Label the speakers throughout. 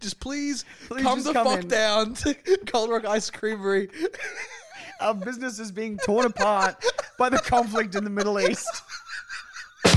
Speaker 1: Just please,
Speaker 2: Please
Speaker 1: come
Speaker 2: just
Speaker 1: the
Speaker 2: come
Speaker 1: fuck
Speaker 2: in.
Speaker 1: down to Cold Rock Ice Creamery.
Speaker 2: Our business is being torn apart by the conflict in the Middle East.
Speaker 1: I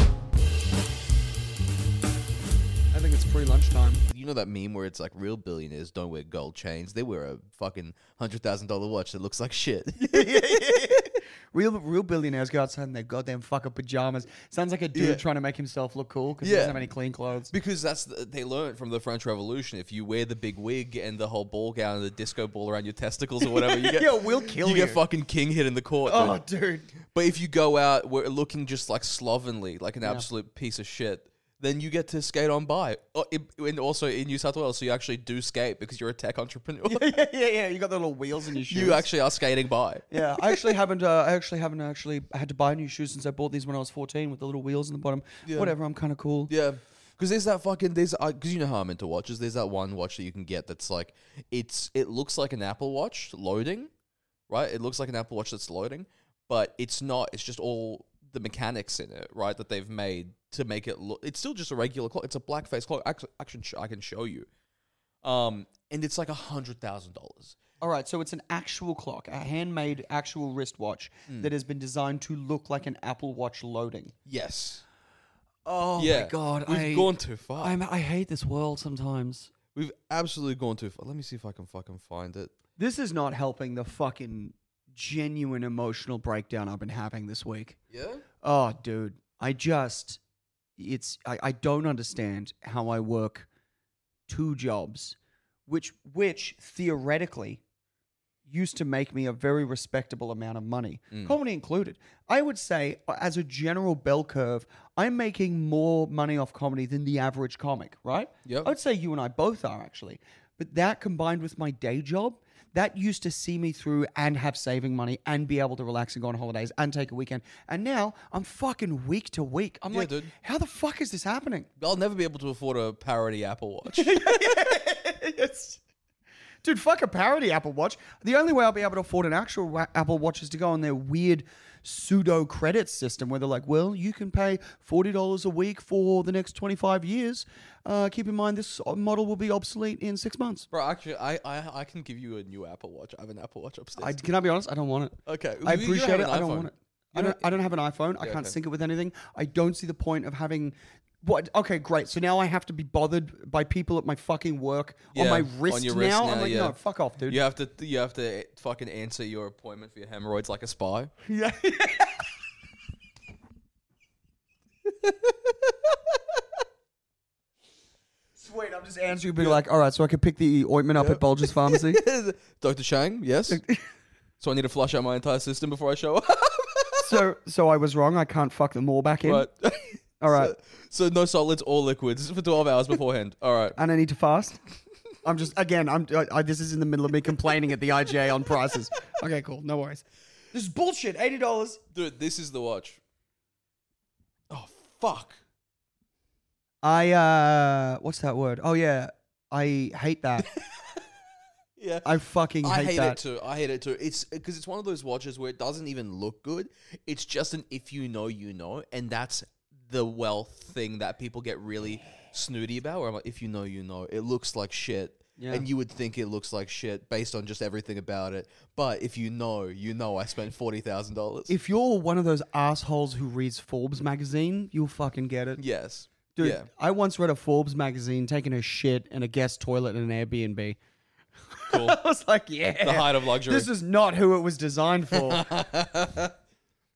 Speaker 1: think it's pre lunchtime. You know that meme where it's like real billionaires don't wear gold chains; they wear a fucking hundred thousand dollar watch that looks like shit.
Speaker 2: Real, real billionaires go outside in their goddamn fucker pajamas. Sounds like a dude
Speaker 1: Yeah.
Speaker 2: trying to make himself look cool because he
Speaker 1: Yeah.
Speaker 2: doesn't have any clean clothes.
Speaker 1: because that's the, they learned from the French Revolution. If you wear the big wig and the whole ball gown and the disco ball around your testicles or whatever, you get
Speaker 2: Yeah, we'll kill
Speaker 1: You get
Speaker 2: you.
Speaker 1: fucking king hit in the court.
Speaker 2: Oh,
Speaker 1: dude.
Speaker 2: dude.
Speaker 1: But if you go out we looking just like slovenly, like an absolute piece of shit, then you get to skate on by. Oh, it- and also in New South Wales, so you actually do skate because you're a tech entrepreneur.
Speaker 2: yeah, yeah, yeah. You got the little wheels in your shoes.
Speaker 1: you actually are skating by.
Speaker 2: Yeah, I actually haven't. Uh, I actually haven't actually had to buy new shoes since I bought these when I was fourteen with the little wheels in the bottom. Whatever, I'm kind of cool.
Speaker 1: Yeah. Because there's that fucking there's because you know how I'm into watches. There's that one watch that you can get that's like it's it looks like an Apple Watch loading, right? It looks like an Apple Watch that's loading, but it's not. It's just all the mechanics in it, right? That they've made to make it look. It's still just a regular clock. It's a black face clock. Actually, I can sh- I can show you. Um, and it's like a hundred thousand dollars.
Speaker 2: All right, so it's an actual clock, a handmade actual wristwatch that has been designed to look like an Apple Watch loading.
Speaker 1: Yes.
Speaker 2: Oh
Speaker 1: yeah.
Speaker 2: my god,
Speaker 1: We've
Speaker 2: I,
Speaker 1: gone too far.
Speaker 2: I'm, Oh, I hate this world sometimes.
Speaker 1: We've absolutely gone too far. Let me see if I can fucking find it.
Speaker 2: This is not helping the fucking genuine emotional breakdown I've been having this week.
Speaker 1: Yeah.
Speaker 2: Oh, dude, I just, it's, I, I don't understand how I work two jobs, which, which theoretically used to make me a very respectable amount of money, comedy included. I would say, uh, as a general bell curve, I'm making more money off comedy than the average comic, right?
Speaker 1: Yep.
Speaker 2: I would say you and I both are actually. But that combined with my day job, that used to see me through and have saving money and be able to relax and go on holidays and take a weekend. And now I'm fucking week to week. I'm
Speaker 1: Yeah,
Speaker 2: like,
Speaker 1: dude.
Speaker 2: how the fuck is this happening?
Speaker 1: I'll never be able to afford a parody Apple Watch.
Speaker 2: yes. Dude, fuck a parody Apple Watch. The only way I'll be able to afford an actual wa- Apple Watch is to go on their weird pseudo credit system where they're like, well, you can pay $40 a week for the next 25 years. Uh, keep in mind, this model will be obsolete in six months.
Speaker 1: Bro, actually, I, I I can give you a new Apple Watch. I have an Apple Watch upstairs.
Speaker 2: I, can I be honest? I don't want it.
Speaker 1: okay,
Speaker 2: I
Speaker 1: you- you have
Speaker 2: appreciate it.
Speaker 1: an
Speaker 2: I don't
Speaker 1: iPhone.
Speaker 2: want it. I don't, I don't have an iPhone. I can't
Speaker 1: okay.
Speaker 2: sync it with anything. I don't see the point of having. What? Okay, great. So now I have to be bothered by people at my fucking work on
Speaker 1: Yeah,
Speaker 2: my
Speaker 1: on your
Speaker 2: wrist,
Speaker 1: wrist
Speaker 2: now.
Speaker 1: now,
Speaker 2: I'm like,
Speaker 1: yeah.
Speaker 2: no, fuck off, dude.
Speaker 1: You have to you have to eh, fucking answer your appointment for your hemorrhoids like a spy.
Speaker 2: Yeah. Sweet, I'm just answering, being like, all right, so I could pick the ointment up at Bulger's Pharmacy.
Speaker 1: Doctor Chang, yes. so I need to flush out my entire system before I show up.
Speaker 2: so, so I was wrong. I can't fuck them all back in.
Speaker 1: right.
Speaker 2: All right,
Speaker 1: so no solids or liquids for twelve hours beforehand. All right.
Speaker 2: and I need to fast. I'm just again. I'm. I, I, this is in the middle of me complaining at the IJ on prices. Okay, cool. No worries. This is bullshit. Eighty dollars.
Speaker 1: Dude, this is the watch. Oh fuck.
Speaker 2: I. uh What's that word? Oh yeah. I hate that.
Speaker 1: Yeah.
Speaker 2: I fucking hate,
Speaker 1: I hate
Speaker 2: that.
Speaker 1: it too. I hate it too. It's because it's one of those watches where it doesn't even look good. It's just an if you know, you know, and that's the wealth thing that people get really snooty about. Where I'm like, if you know, you know, it looks like shit,
Speaker 2: Yeah.
Speaker 1: and you would think it looks like shit based on just everything about it. But if you know, you know, I spent forty thousand dollars.
Speaker 2: If you're one of those assholes who reads Forbes magazine, you'll fucking get it.
Speaker 1: Yes,
Speaker 2: Dude,
Speaker 1: yeah,
Speaker 2: I once read a Forbes magazine taking a shit in a guest toilet in an Airbnb.
Speaker 1: cool.
Speaker 2: I was like, yeah.
Speaker 1: the height of luxury.
Speaker 2: This is not who it was designed for.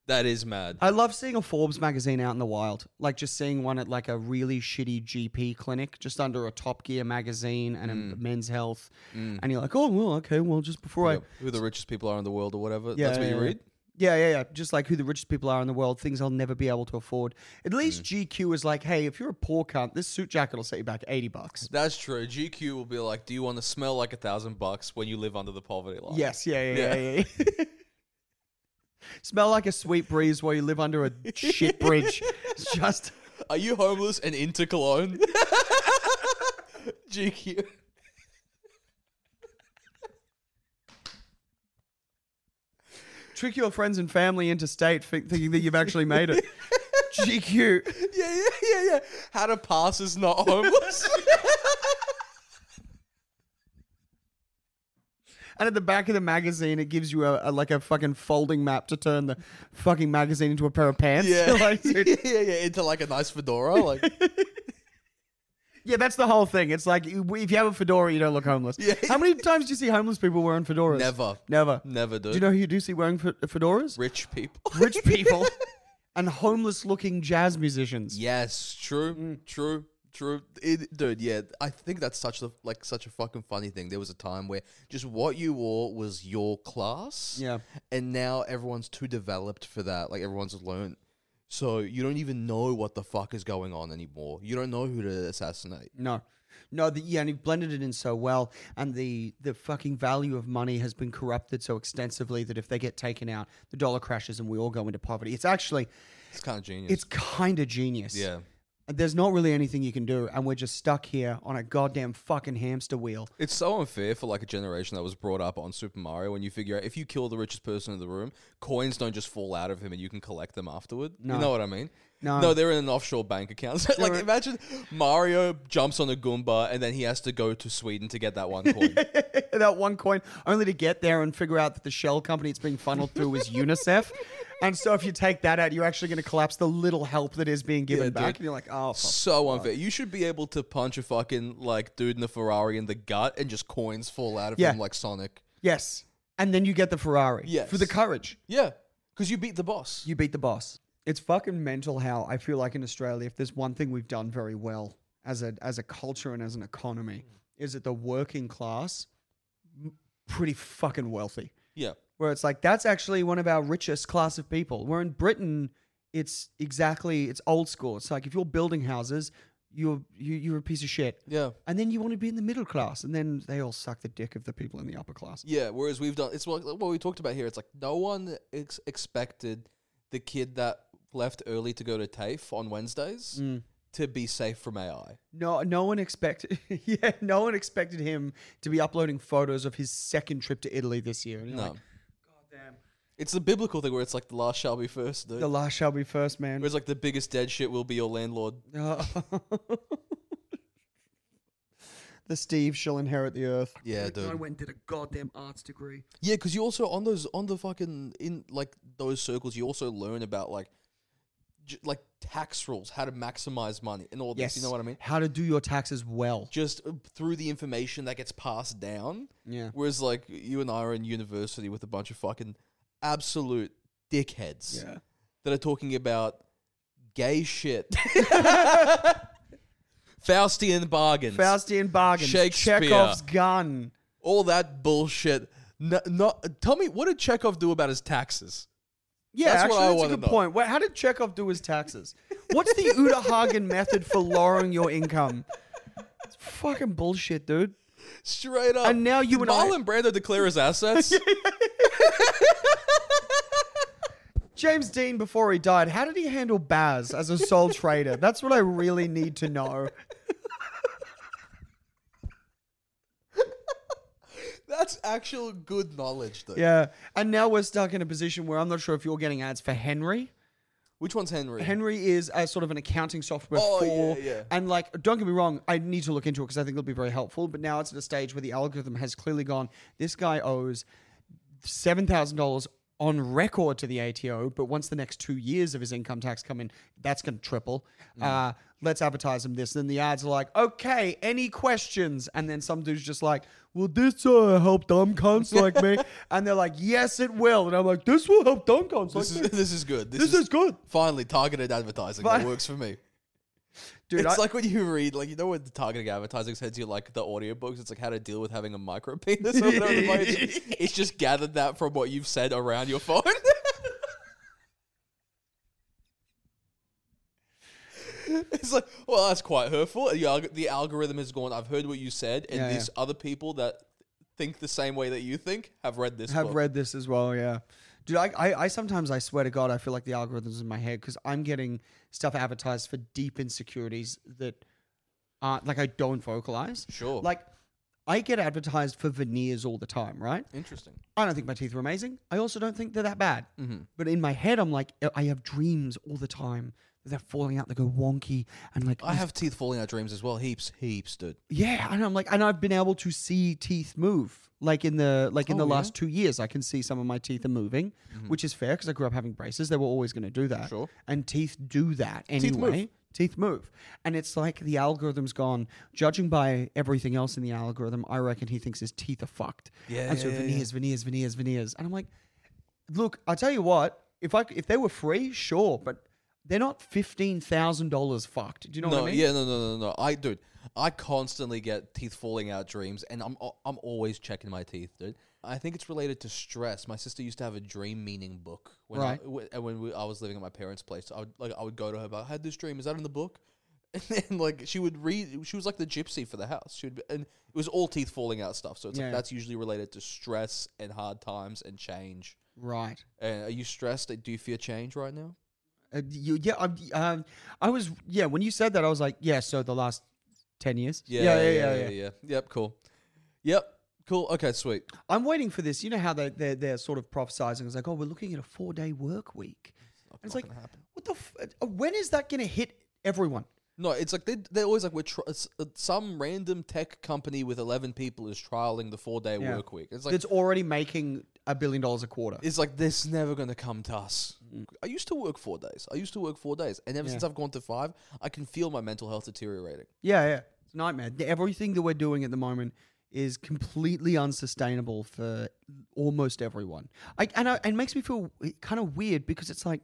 Speaker 1: that is mad.
Speaker 2: I love seeing a Forbes magazine out in the wild. Like just seeing one at like a really shitty GP clinic, just under a Top Gear magazine and a men's health. And you're like, oh, well, okay, well, just before I.
Speaker 1: Who the richest people are in the world, or whatever. that's what you read.
Speaker 2: Yeah, yeah, yeah. Just like who the richest people are in the world, things I'll never be able to afford. At least GQ is like, hey, if you're a poor cunt, this suit jacket will set you back 80 bucks.
Speaker 1: That's true. GQ will be like, "Do you want to smell like a thousand bucks when you live under the poverty line?"
Speaker 2: Yes, yeah, yeah, yeah. yeah, yeah. Smell like a sweet breeze while you live under a shit bridge. It's just.
Speaker 1: Are you homeless and into cologne? GQ.
Speaker 2: Trick your friends and family into state fi- thinking that you've actually made it. GQ.
Speaker 1: Yeah, yeah, yeah, yeah. How to pass is not homeless.
Speaker 2: And at the back of the magazine, it gives you a, a like a fucking folding map to turn the fucking magazine into a pair of pants.
Speaker 1: Yeah,
Speaker 2: Like,
Speaker 1: yeah,
Speaker 2: dude,
Speaker 1: yeah, yeah, into like a nice fedora, like
Speaker 2: yeah, that's the whole thing. It's like you- if you have a fedora, you don't look homeless.
Speaker 1: Yeah.
Speaker 2: How many times do you see homeless people wearing fedoras?
Speaker 1: never,
Speaker 2: Never.
Speaker 1: never do.
Speaker 2: Do you know who you do see wearing fe- fedoras?
Speaker 1: rich people?
Speaker 2: Rich people and homeless-looking jazz musicians.
Speaker 1: yes, true,
Speaker 2: Mm.
Speaker 1: true, true, it, dude. Yeah, I think that's such a like such a fucking funny thing. There was a time where just what you wore was your class.
Speaker 2: Yeah.
Speaker 1: and now everyone's too developed for that. Like everyone's learned. So you don't even know what the fuck is going on anymore. You don't know who to assassinate.
Speaker 2: No, no. The, yeah, and he blended it in so well, and the the fucking value of money has been corrupted so extensively that if they get taken out, the dollar crashes and we all go into poverty. It's actually,
Speaker 1: It's kind of genius.
Speaker 2: it's kind of genius.
Speaker 1: yeah,
Speaker 2: And There's not really anything you can do, and we're just stuck here on a goddamn fucking hamster wheel.
Speaker 1: it's so unfair for like a generation that was brought up on Super Mario. When you figure out if you kill the richest person in the room, coins don't just fall out of him and you can collect them afterward.
Speaker 2: No.
Speaker 1: You know what I mean?
Speaker 2: No.
Speaker 1: no, they're in an offshore bank account. So, like,
Speaker 2: They're-
Speaker 1: imagine Mario jumps on a Goomba and then he has to go to Sweden to get that one coin.
Speaker 2: that one coin, only to get there and figure out that the shell company it's being funneled through is UNICEF. And so, if you take that out, you're actually going to collapse the little help that is being given
Speaker 1: Yeah,
Speaker 2: back.
Speaker 1: dude.
Speaker 2: And you're like, oh, fuck.
Speaker 1: So unfair. You should be able to punch a fucking like dude in a Ferrari in the gut and just coins fall out of
Speaker 2: Yeah.
Speaker 1: him like Sonic.
Speaker 2: Yes. And then you get the Ferrari.
Speaker 1: Yes.
Speaker 2: For the courage.
Speaker 1: Yeah, because you beat the boss.
Speaker 2: You beat the boss. It's fucking mental how I feel like in Australia, if there's one thing we've done very well as a as a culture and as an economy, is that the working class m- pretty fucking wealthy.
Speaker 1: yeah,
Speaker 2: Where it's like that's actually one of our richest class of people. Where in Britain, it's exactly it's old school. It's like if you're building houses, you're you, you're a piece of shit.
Speaker 1: yeah,
Speaker 2: And then you want to be in the middle class, and then they all suck the dick of the people in the upper class.
Speaker 1: yeah. Whereas we've done it's what, what we talked about here. It's like no one ex- expected the kid that left early to go to TAFE on Wednesdays
Speaker 2: Mm.
Speaker 1: to be safe from AI.
Speaker 2: No, no one expected. yeah, no one expected him to be uploading photos of his second trip to Italy this year. And you're
Speaker 1: No,
Speaker 2: like, goddamn,
Speaker 1: it's the biblical thing where it's like the last shall be first, dude.
Speaker 2: the last shall be first, man.
Speaker 1: Whereas like the biggest dead shit will be your landlord.
Speaker 2: the Steve shall inherit the earth.
Speaker 1: Yeah, dude.
Speaker 2: went and did a goddamn arts degree.
Speaker 1: Yeah, because you also on those on the fucking in like those circles, you also learn about like j- like tax rules, how to maximize money, and all
Speaker 2: Yes,
Speaker 1: this. You know what I mean?
Speaker 2: How to do your taxes well.
Speaker 1: Just uh, through the information that gets passed down.
Speaker 2: Yeah.
Speaker 1: Whereas like you and I are in university with a bunch of fucking absolute dickheads
Speaker 2: Yeah.
Speaker 1: that are talking about gay shit, Faustian bargains,
Speaker 2: Faustian bargains.
Speaker 1: Shakespeare.
Speaker 2: Chekhov's gun.
Speaker 1: all that bullshit. No, not tell me what did Chekhov do about his taxes?
Speaker 2: Yeah,
Speaker 1: That's what
Speaker 2: actually,
Speaker 1: I
Speaker 2: that's a
Speaker 1: wanna
Speaker 2: good
Speaker 1: know.
Speaker 2: point. Wha- How did Chekhov do his taxes? What's the Uta Hagen method for lowering your income? It's fucking bullshit, dude.
Speaker 1: Straight up.
Speaker 2: And now you
Speaker 1: Did
Speaker 2: and I-
Speaker 1: Marlon Brando declare his assets.
Speaker 2: James Dean, before he died, how did he handle Baz as a sole trader? That's what I really need to know.
Speaker 1: That's actual good knowledge, though.
Speaker 2: Yeah. And now we're stuck in a position where I'm not sure if you're getting ads for Henry.
Speaker 1: Which one's Henry?
Speaker 2: Henry is a sort of an accounting software
Speaker 1: Oh,
Speaker 2: for,
Speaker 1: yeah, yeah.
Speaker 2: and like, don't get me wrong, I need to look into it because I think it'll be very helpful. But now it's at a stage where the algorithm has clearly gone. This guy owes seven thousand dollars on record to the ATO, but once the next two years of his income tax come in, that's going to triple.
Speaker 1: Mm.
Speaker 2: Uh, let's advertise him this. Then the ads are like, okay, any questions? And then some dude's just like, will this uh, help dumb cunts like me? And they're like, yes, it will. And I'm like, this will help dumb cunts
Speaker 1: this,
Speaker 2: like
Speaker 1: is,
Speaker 2: me.
Speaker 1: this is good. This,
Speaker 2: This is good.
Speaker 1: Finally, targeted advertising.
Speaker 2: Fi-
Speaker 1: that works for me.
Speaker 2: Dude,
Speaker 1: it's
Speaker 2: I-
Speaker 1: like when you read, like, you know what the targeting advertising says you like the audiobooks? It's like how to deal with having a micro penis or whatever. the fuck it is. it's just gathered that from what you've said around your phone. It's like, well, that's quite hurtful. The, alg- the algorithm has gone. I've heard what you said, and
Speaker 2: Yeah, yeah.
Speaker 1: these other people that think the same way that you think have read this.
Speaker 2: have
Speaker 1: book.
Speaker 2: read this as well. Yeah, dude, I, I, I sometimes I swear to God, I feel like the algorithms in my head because I'm getting stuff advertised for deep insecurities that aren't like I don't vocalize.
Speaker 1: Sure.
Speaker 2: Like I get advertised for veneers all the time, right?
Speaker 1: Interesting.
Speaker 2: I don't think my teeth are amazing. I also don't think they're that bad. But in my head, I'm like, I have dreams all the time they're falling out. They go wonky and like
Speaker 1: I
Speaker 2: this-
Speaker 1: have teeth falling out dreams as well. Heaps, heaps, dude.
Speaker 2: yeah. And I'm like, and I've been able to see teeth move. Like in the like in
Speaker 1: Oh, yeah?
Speaker 2: the
Speaker 1: Mm-hmm.
Speaker 2: last two years, I can see some of my teeth are moving, which is fair because I grew up having braces. They were always going to do that.
Speaker 1: Sure.
Speaker 2: And teeth do that anyway.
Speaker 1: Teeth move.
Speaker 2: Teeth move. And it's like the algorithm's gone. Judging by everything else in the algorithm, I reckon he thinks his teeth are fucked.
Speaker 1: Yeah,
Speaker 2: And so
Speaker 1: yeah, yeah, yeah.
Speaker 2: veneers, veneers, veneers, veneers. And I'm like, look, I tell you what, if I c- if they were free, sure, but they're not fifteen thousand dollars fucked. Do you know
Speaker 1: no,
Speaker 2: what I mean?
Speaker 1: yeah, no, no, no, no. I, dude, I constantly get teeth falling out dreams, and I'm, I'm always checking my teeth, dude. I think it's related to stress. My sister used to have a dream meaning book when I,
Speaker 2: Right.
Speaker 1: w- when we, I was living at my parents' place. I would, like, I would go to her about, I had this dream. Is that in the book? And then, like, she would read. She was like the gypsy for the house. She would, be, and it was all teeth falling out stuff. So it's
Speaker 2: Yeah.
Speaker 1: like that's usually related to stress and hard times and change.
Speaker 2: Right.
Speaker 1: And are you stressed? Do you fear change right now?
Speaker 2: Uh, you, yeah, I, um, I was. Yeah, when you said that, I was like, yeah. So the last ten years.
Speaker 1: yeah. Yep, cool. Yep, cool. Okay, sweet.
Speaker 2: I'm waiting for this. You know how they they're, they're sort of prophesizing. It's like, oh, we're looking at a four day work week. And it's like, what the? F- uh, when is that going to hit everyone?
Speaker 1: No, it's like they, they're always like, we're tr- s- uh, some random tech company with 11 people is trialing the four day
Speaker 2: Yeah.
Speaker 1: work week. It's like,
Speaker 2: That's already making a billion dollars a quarter.
Speaker 1: it's like, this never going to come to us. I used to work four days. I used to work four days. And ever
Speaker 2: Mm. Yeah.
Speaker 1: since I've gone to five, I can feel my mental health deteriorating.
Speaker 2: Yeah, yeah. It's a nightmare. The- Everything that we're doing at the moment is completely unsustainable for almost everyone. I, and, I, and it makes me feel kind of weird because it's like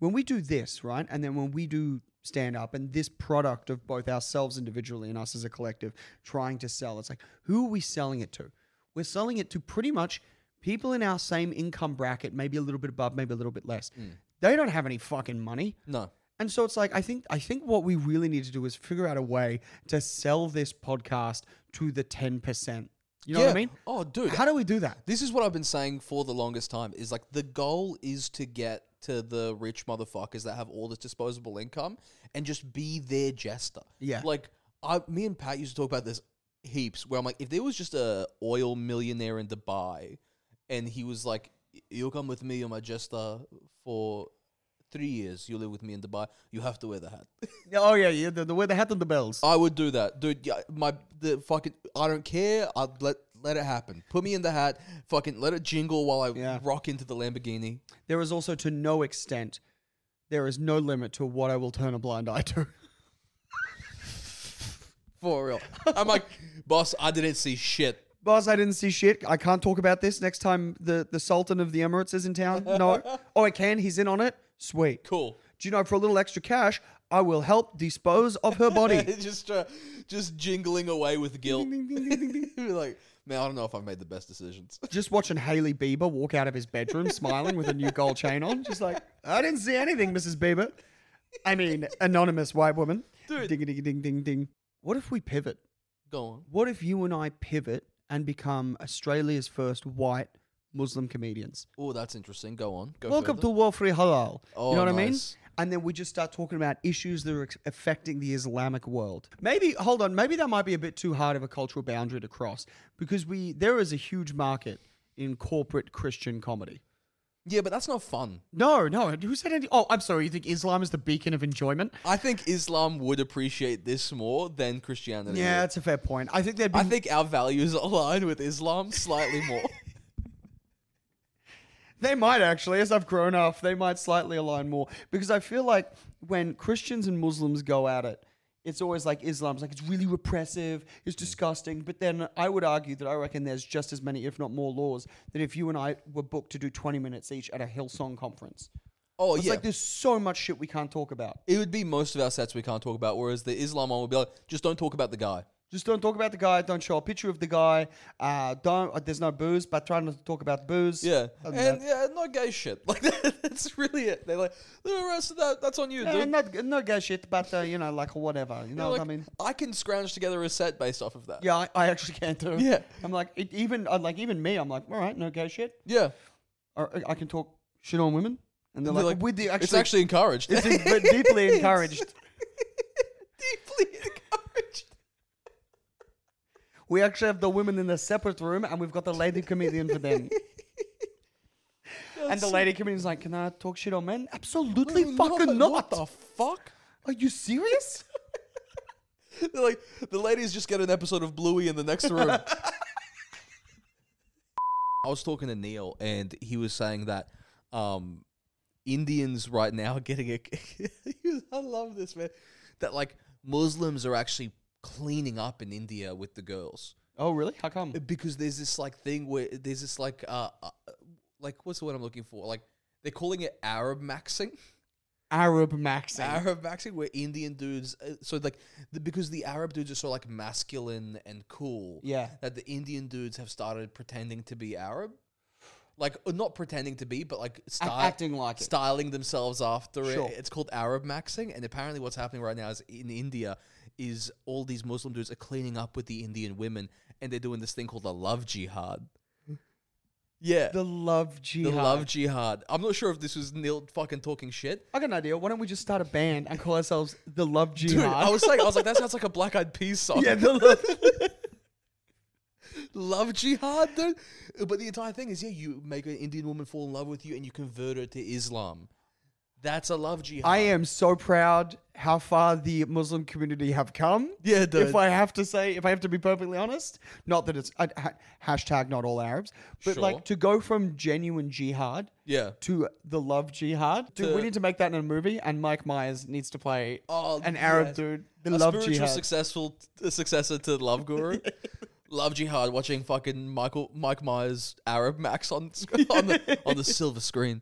Speaker 2: when we do this, right? And then when we do stand up and this product of both ourselves individually and us as a collective trying to sell, it's like, who are we selling it to? We're selling it to pretty much people in our same income bracket, maybe a little bit above, maybe a little bit less. They don't have any fucking money.
Speaker 1: No.
Speaker 2: And so it's like I think I think what we really need to do is figure out a way to sell this podcast to the ten percent. You know what I mean?
Speaker 1: Oh, dude.
Speaker 2: How do we do that?
Speaker 1: this is what I've been saying for the longest time is like the goal is to get to the rich motherfuckers that have all this disposable income and just be their jester.
Speaker 2: Yeah.
Speaker 1: Like I me and Pat used to talk about this heaps where I'm like if there was just a oil millionaire in Dubai and he was like you'll come with me on my jester for 3 years you live with me in Dubai you have to wear the hat.
Speaker 2: Oh yeah, yeah. The, the way they had on the bells.
Speaker 1: I would do that. Dude, yeah, my the fucking I don't care. I'd let let it happen. Put me in the hat, fucking let it jingle while I
Speaker 2: Yeah.
Speaker 1: rock into the Lamborghini.
Speaker 2: There is also to no extent, there is no limit to what I will turn a blind eye to.
Speaker 1: For real. I'm like, boss, I didn't see shit.
Speaker 2: Boss, I didn't see shit. I can't talk about this next time the, the Sultan of the Emirates is in town. No. oh, I can. He's in on it. Sweet.
Speaker 1: Cool.
Speaker 2: Do you know for a little extra cash, I will help dispose of her body.
Speaker 1: just uh, just jingling away with guilt.
Speaker 2: Ding, ding, ding, ding, ding.
Speaker 1: like, man, I don't know if I've made the best decisions.
Speaker 2: just watching Haley Bieber walk out of his bedroom smiling with a new gold chain on. Just like, I didn't see anything, Mrs. Bieber. I mean, anonymous white woman.
Speaker 1: Dude.
Speaker 2: Ding, ding, ding, ding, ding. What if we pivot?
Speaker 1: Go on.
Speaker 2: What if you and I pivot and become Australia's first white Muslim comedians?
Speaker 1: Oh, that's interesting. Go on. Go
Speaker 2: Welcome
Speaker 1: further.
Speaker 2: to World Free Halal.
Speaker 1: Oh,
Speaker 2: you know what
Speaker 1: nice.
Speaker 2: I mean? And then we just start talking about issues that are ex- affecting the Islamic world. Maybe hold on, maybe that might be a bit too hard of a cultural boundary to cross because we there is a huge market in corporate Christian comedy.
Speaker 1: Yeah, but that's not fun.
Speaker 2: No, no. Who said any? Oh, I'm sorry. You think Islam is the beacon of enjoyment?
Speaker 1: I think Islam would appreciate this more than Christianity.
Speaker 2: Yeah,
Speaker 1: would.
Speaker 2: that's a fair point. I think there'd be.
Speaker 1: I think our values align with Islam slightly more.
Speaker 2: they might actually, as I've grown up, they might slightly align more because I feel like when Christians and Muslims go at it, it's always like Islam's like it's really repressive, it's disgusting. But then I would argue that I reckon there's just as many, if not more, laws that if you and I were booked to do 20 minutes each at a Hillsong conference,
Speaker 1: Oh
Speaker 2: it's
Speaker 1: yeah,
Speaker 2: like there's so much shit we can't talk about.
Speaker 1: it would be most of our sets we can't talk about, whereas the Islam one would be like, just don't talk about the guy.
Speaker 2: Just don't talk about the guy. Don't show a picture of the guy. Uh, don't. Uh, there's no booze, but try not to talk about booze.
Speaker 1: Yeah,
Speaker 2: Other than
Speaker 1: and
Speaker 2: that-
Speaker 1: yeah, no gay shit. Like that's really it. They're like the rest of that. That's on you,
Speaker 2: yeah,
Speaker 1: dude.
Speaker 2: not not gay shit, but uh, you know, like whatever. You
Speaker 1: You
Speaker 2: know
Speaker 1: know,
Speaker 2: what I
Speaker 1: like,
Speaker 2: mean?
Speaker 1: I can scrounge together a set based off of that.
Speaker 2: Yeah, I, I actually can too.
Speaker 1: Yeah.
Speaker 2: I'm like it, even I'm like even me. I'm like, all right, no gay shit.
Speaker 1: yeah.
Speaker 2: Or, uh, I can talk shit on women, and they're,
Speaker 1: They're
Speaker 2: like,
Speaker 1: like,
Speaker 2: with the actually,
Speaker 1: it's actually encouraged.
Speaker 2: it's in- but deeply encouraged.
Speaker 1: deeply encouraged.
Speaker 2: We actually have the women in a separate room, and we've got the lady comedian for them. and the
Speaker 1: so-
Speaker 2: lady comedian's like, "Can I talk shit on men? Absolutely
Speaker 1: No,
Speaker 2: fucking
Speaker 1: What
Speaker 2: not.
Speaker 1: the fuck?
Speaker 2: Are you serious?
Speaker 1: They're like, the ladies just get an episode of Bluey in the next room. I was talking to Neil, and he was saying that um, Indians right now are getting a. He was- I love this man. That like Muslims are actually cleaning up in India with the girls
Speaker 2: oh, really? How come?
Speaker 1: because there's this like thing where there's this like uh, uh like what's the word I'm looking for like they're calling it Arab maxing.
Speaker 2: Arab maxing.
Speaker 1: Arab actually, where Indian dudes. Uh, so like, the, because the Arab dudes are so like masculine and cool.
Speaker 2: Yeah.
Speaker 1: That the Indian dudes have started pretending to be Arab, like uh, not pretending to be, but like
Speaker 2: A-
Speaker 1: sty-
Speaker 2: acting like it.
Speaker 1: styling themselves after
Speaker 2: Sure.
Speaker 1: it. It's called Arab maxing, and apparently, what's happening right now is in India is all these Muslim dudes are cleaning up with the Indian women, and they're doing this thing called a love jihad. Yeah. The-
Speaker 2: Hmm. The love jihad.
Speaker 1: love jihad. I'm not sure if this was Neil fucking talking shit,
Speaker 2: I got an idea. Why don't we just start a band and call ourselves the Love Jihad?
Speaker 1: Dude, I was saying, I was like, that sounds like a Black Eyed Peas song.
Speaker 2: yeah, the love.
Speaker 1: Love jihad, dude. But the entire thing is, yeah, you make an Indian woman fall in love with you and you convert her to Islam. That's a love jihad.
Speaker 2: I am so proud how far the Muslim community have come.
Speaker 1: Yeah, dude.
Speaker 2: If I have to say, if I have to be perfectly honest, not that it's I, ha, hashtag not all Arabs, but
Speaker 1: Sure.
Speaker 2: like to go from genuine jihad
Speaker 1: Yeah.
Speaker 2: to the love jihad. Dude, we
Speaker 1: To-
Speaker 2: need to make that in a movie, and Mike Myers needs to play
Speaker 1: Oh,
Speaker 2: an Arab
Speaker 1: yeah.
Speaker 2: dude. The
Speaker 1: A
Speaker 2: love
Speaker 1: spiritual
Speaker 2: jihad.
Speaker 1: successful a successor to Love Guru. love jihad. Watching fucking Michael Mike Myers Arab Max on sc- on the, on the silver screen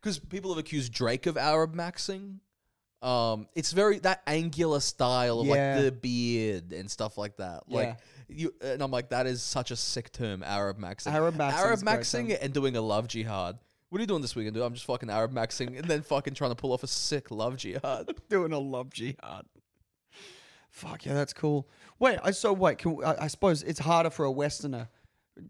Speaker 1: because people have accused Drake of Arab maxing. Um, it's very that angular style of
Speaker 2: Yeah.
Speaker 1: like the beard and stuff like that. Like you and I'm like that is such a sick term, Arab maxing.
Speaker 2: Arab maxing's
Speaker 1: Arab
Speaker 2: a great
Speaker 1: maxing and doing a love jihad. What are you doing this weekend, dude? I'm just fucking Arab maxing and then fucking trying to pull off a sick love jihad.
Speaker 2: doing a love jihad. Fuck yeah, that's cool. Wait, I so wait. Can, I, I suppose it's harder for a Westerner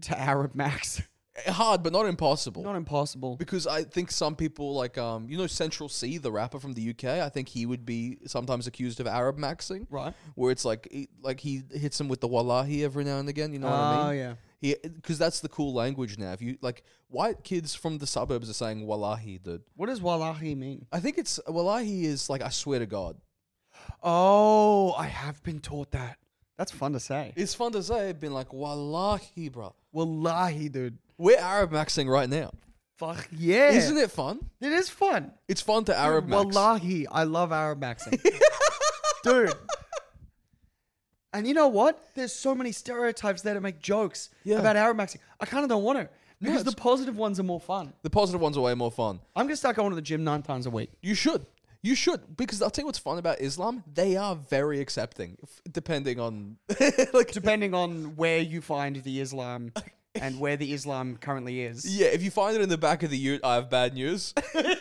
Speaker 2: to Arab Max.
Speaker 1: Hard, but not impossible.
Speaker 2: Not impossible.
Speaker 1: because I think some people like um you know Central C the rapper from the UK I think he would be sometimes accused of Arab maxing
Speaker 2: Right.
Speaker 1: where it's like he, like he hits him with the wallahi every now and again you know what
Speaker 2: Oh,
Speaker 1: I mean
Speaker 2: yeah.
Speaker 1: he because that's the cool language now if you like white kids from the suburbs are saying wallahi dude
Speaker 2: What does wallahi mean?
Speaker 1: I think it's wallahi is like I swear to God
Speaker 2: Oh, I have been taught that. That's fun to say.
Speaker 1: it's fun to say been like wallahi bro
Speaker 2: Wallahi, dude.
Speaker 1: we're Arab maxing right now
Speaker 2: Fuck yeah.
Speaker 1: isn't it fun
Speaker 2: It is fun.
Speaker 1: it's fun to Arab max
Speaker 2: Wallahi, I love Arab maxing. Dude. And you know what? There's so many stereotypes there to make jokes
Speaker 1: Yeah.
Speaker 2: about Arab maxing. I kind of don't want to because the
Speaker 1: it's-
Speaker 2: positive ones are more fun.
Speaker 1: the positive ones are way more fun
Speaker 2: I'm going to start going to the gym nine times a week.
Speaker 1: You should. You should because I'll tell you what's fun about Islam. They are very accepting, f- depending on like
Speaker 2: Depending on where you find the Islam and where the Islam currently is.
Speaker 1: yeah. If you find it in the back of the ute, I have bad news.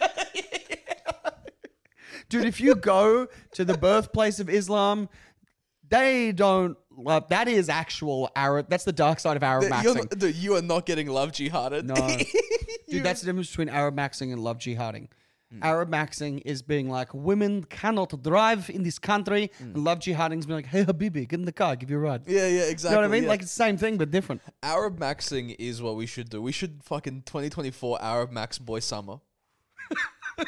Speaker 2: Dude, if you go to the birthplace of Islam, they don't like that is actual Arab. That's the dark side of Arab
Speaker 1: You're
Speaker 2: maxing.
Speaker 1: not, dude, you are not getting love jihaded.
Speaker 2: No.
Speaker 1: You-
Speaker 2: Dude, that's the difference between Arab maxing and love jihading. Arab maxing is being like, women cannot drive in this country. And love jihading is being like, hey, Habibi, get in the car, I'll give you a ride.
Speaker 1: yeah, yeah,
Speaker 2: You
Speaker 1: exactly.
Speaker 2: know what I mean?
Speaker 1: yeah.
Speaker 2: Like, it's the same thing, but different.
Speaker 1: Arab maxing is what we should do. We should fucking 2024 Arab max boy summer.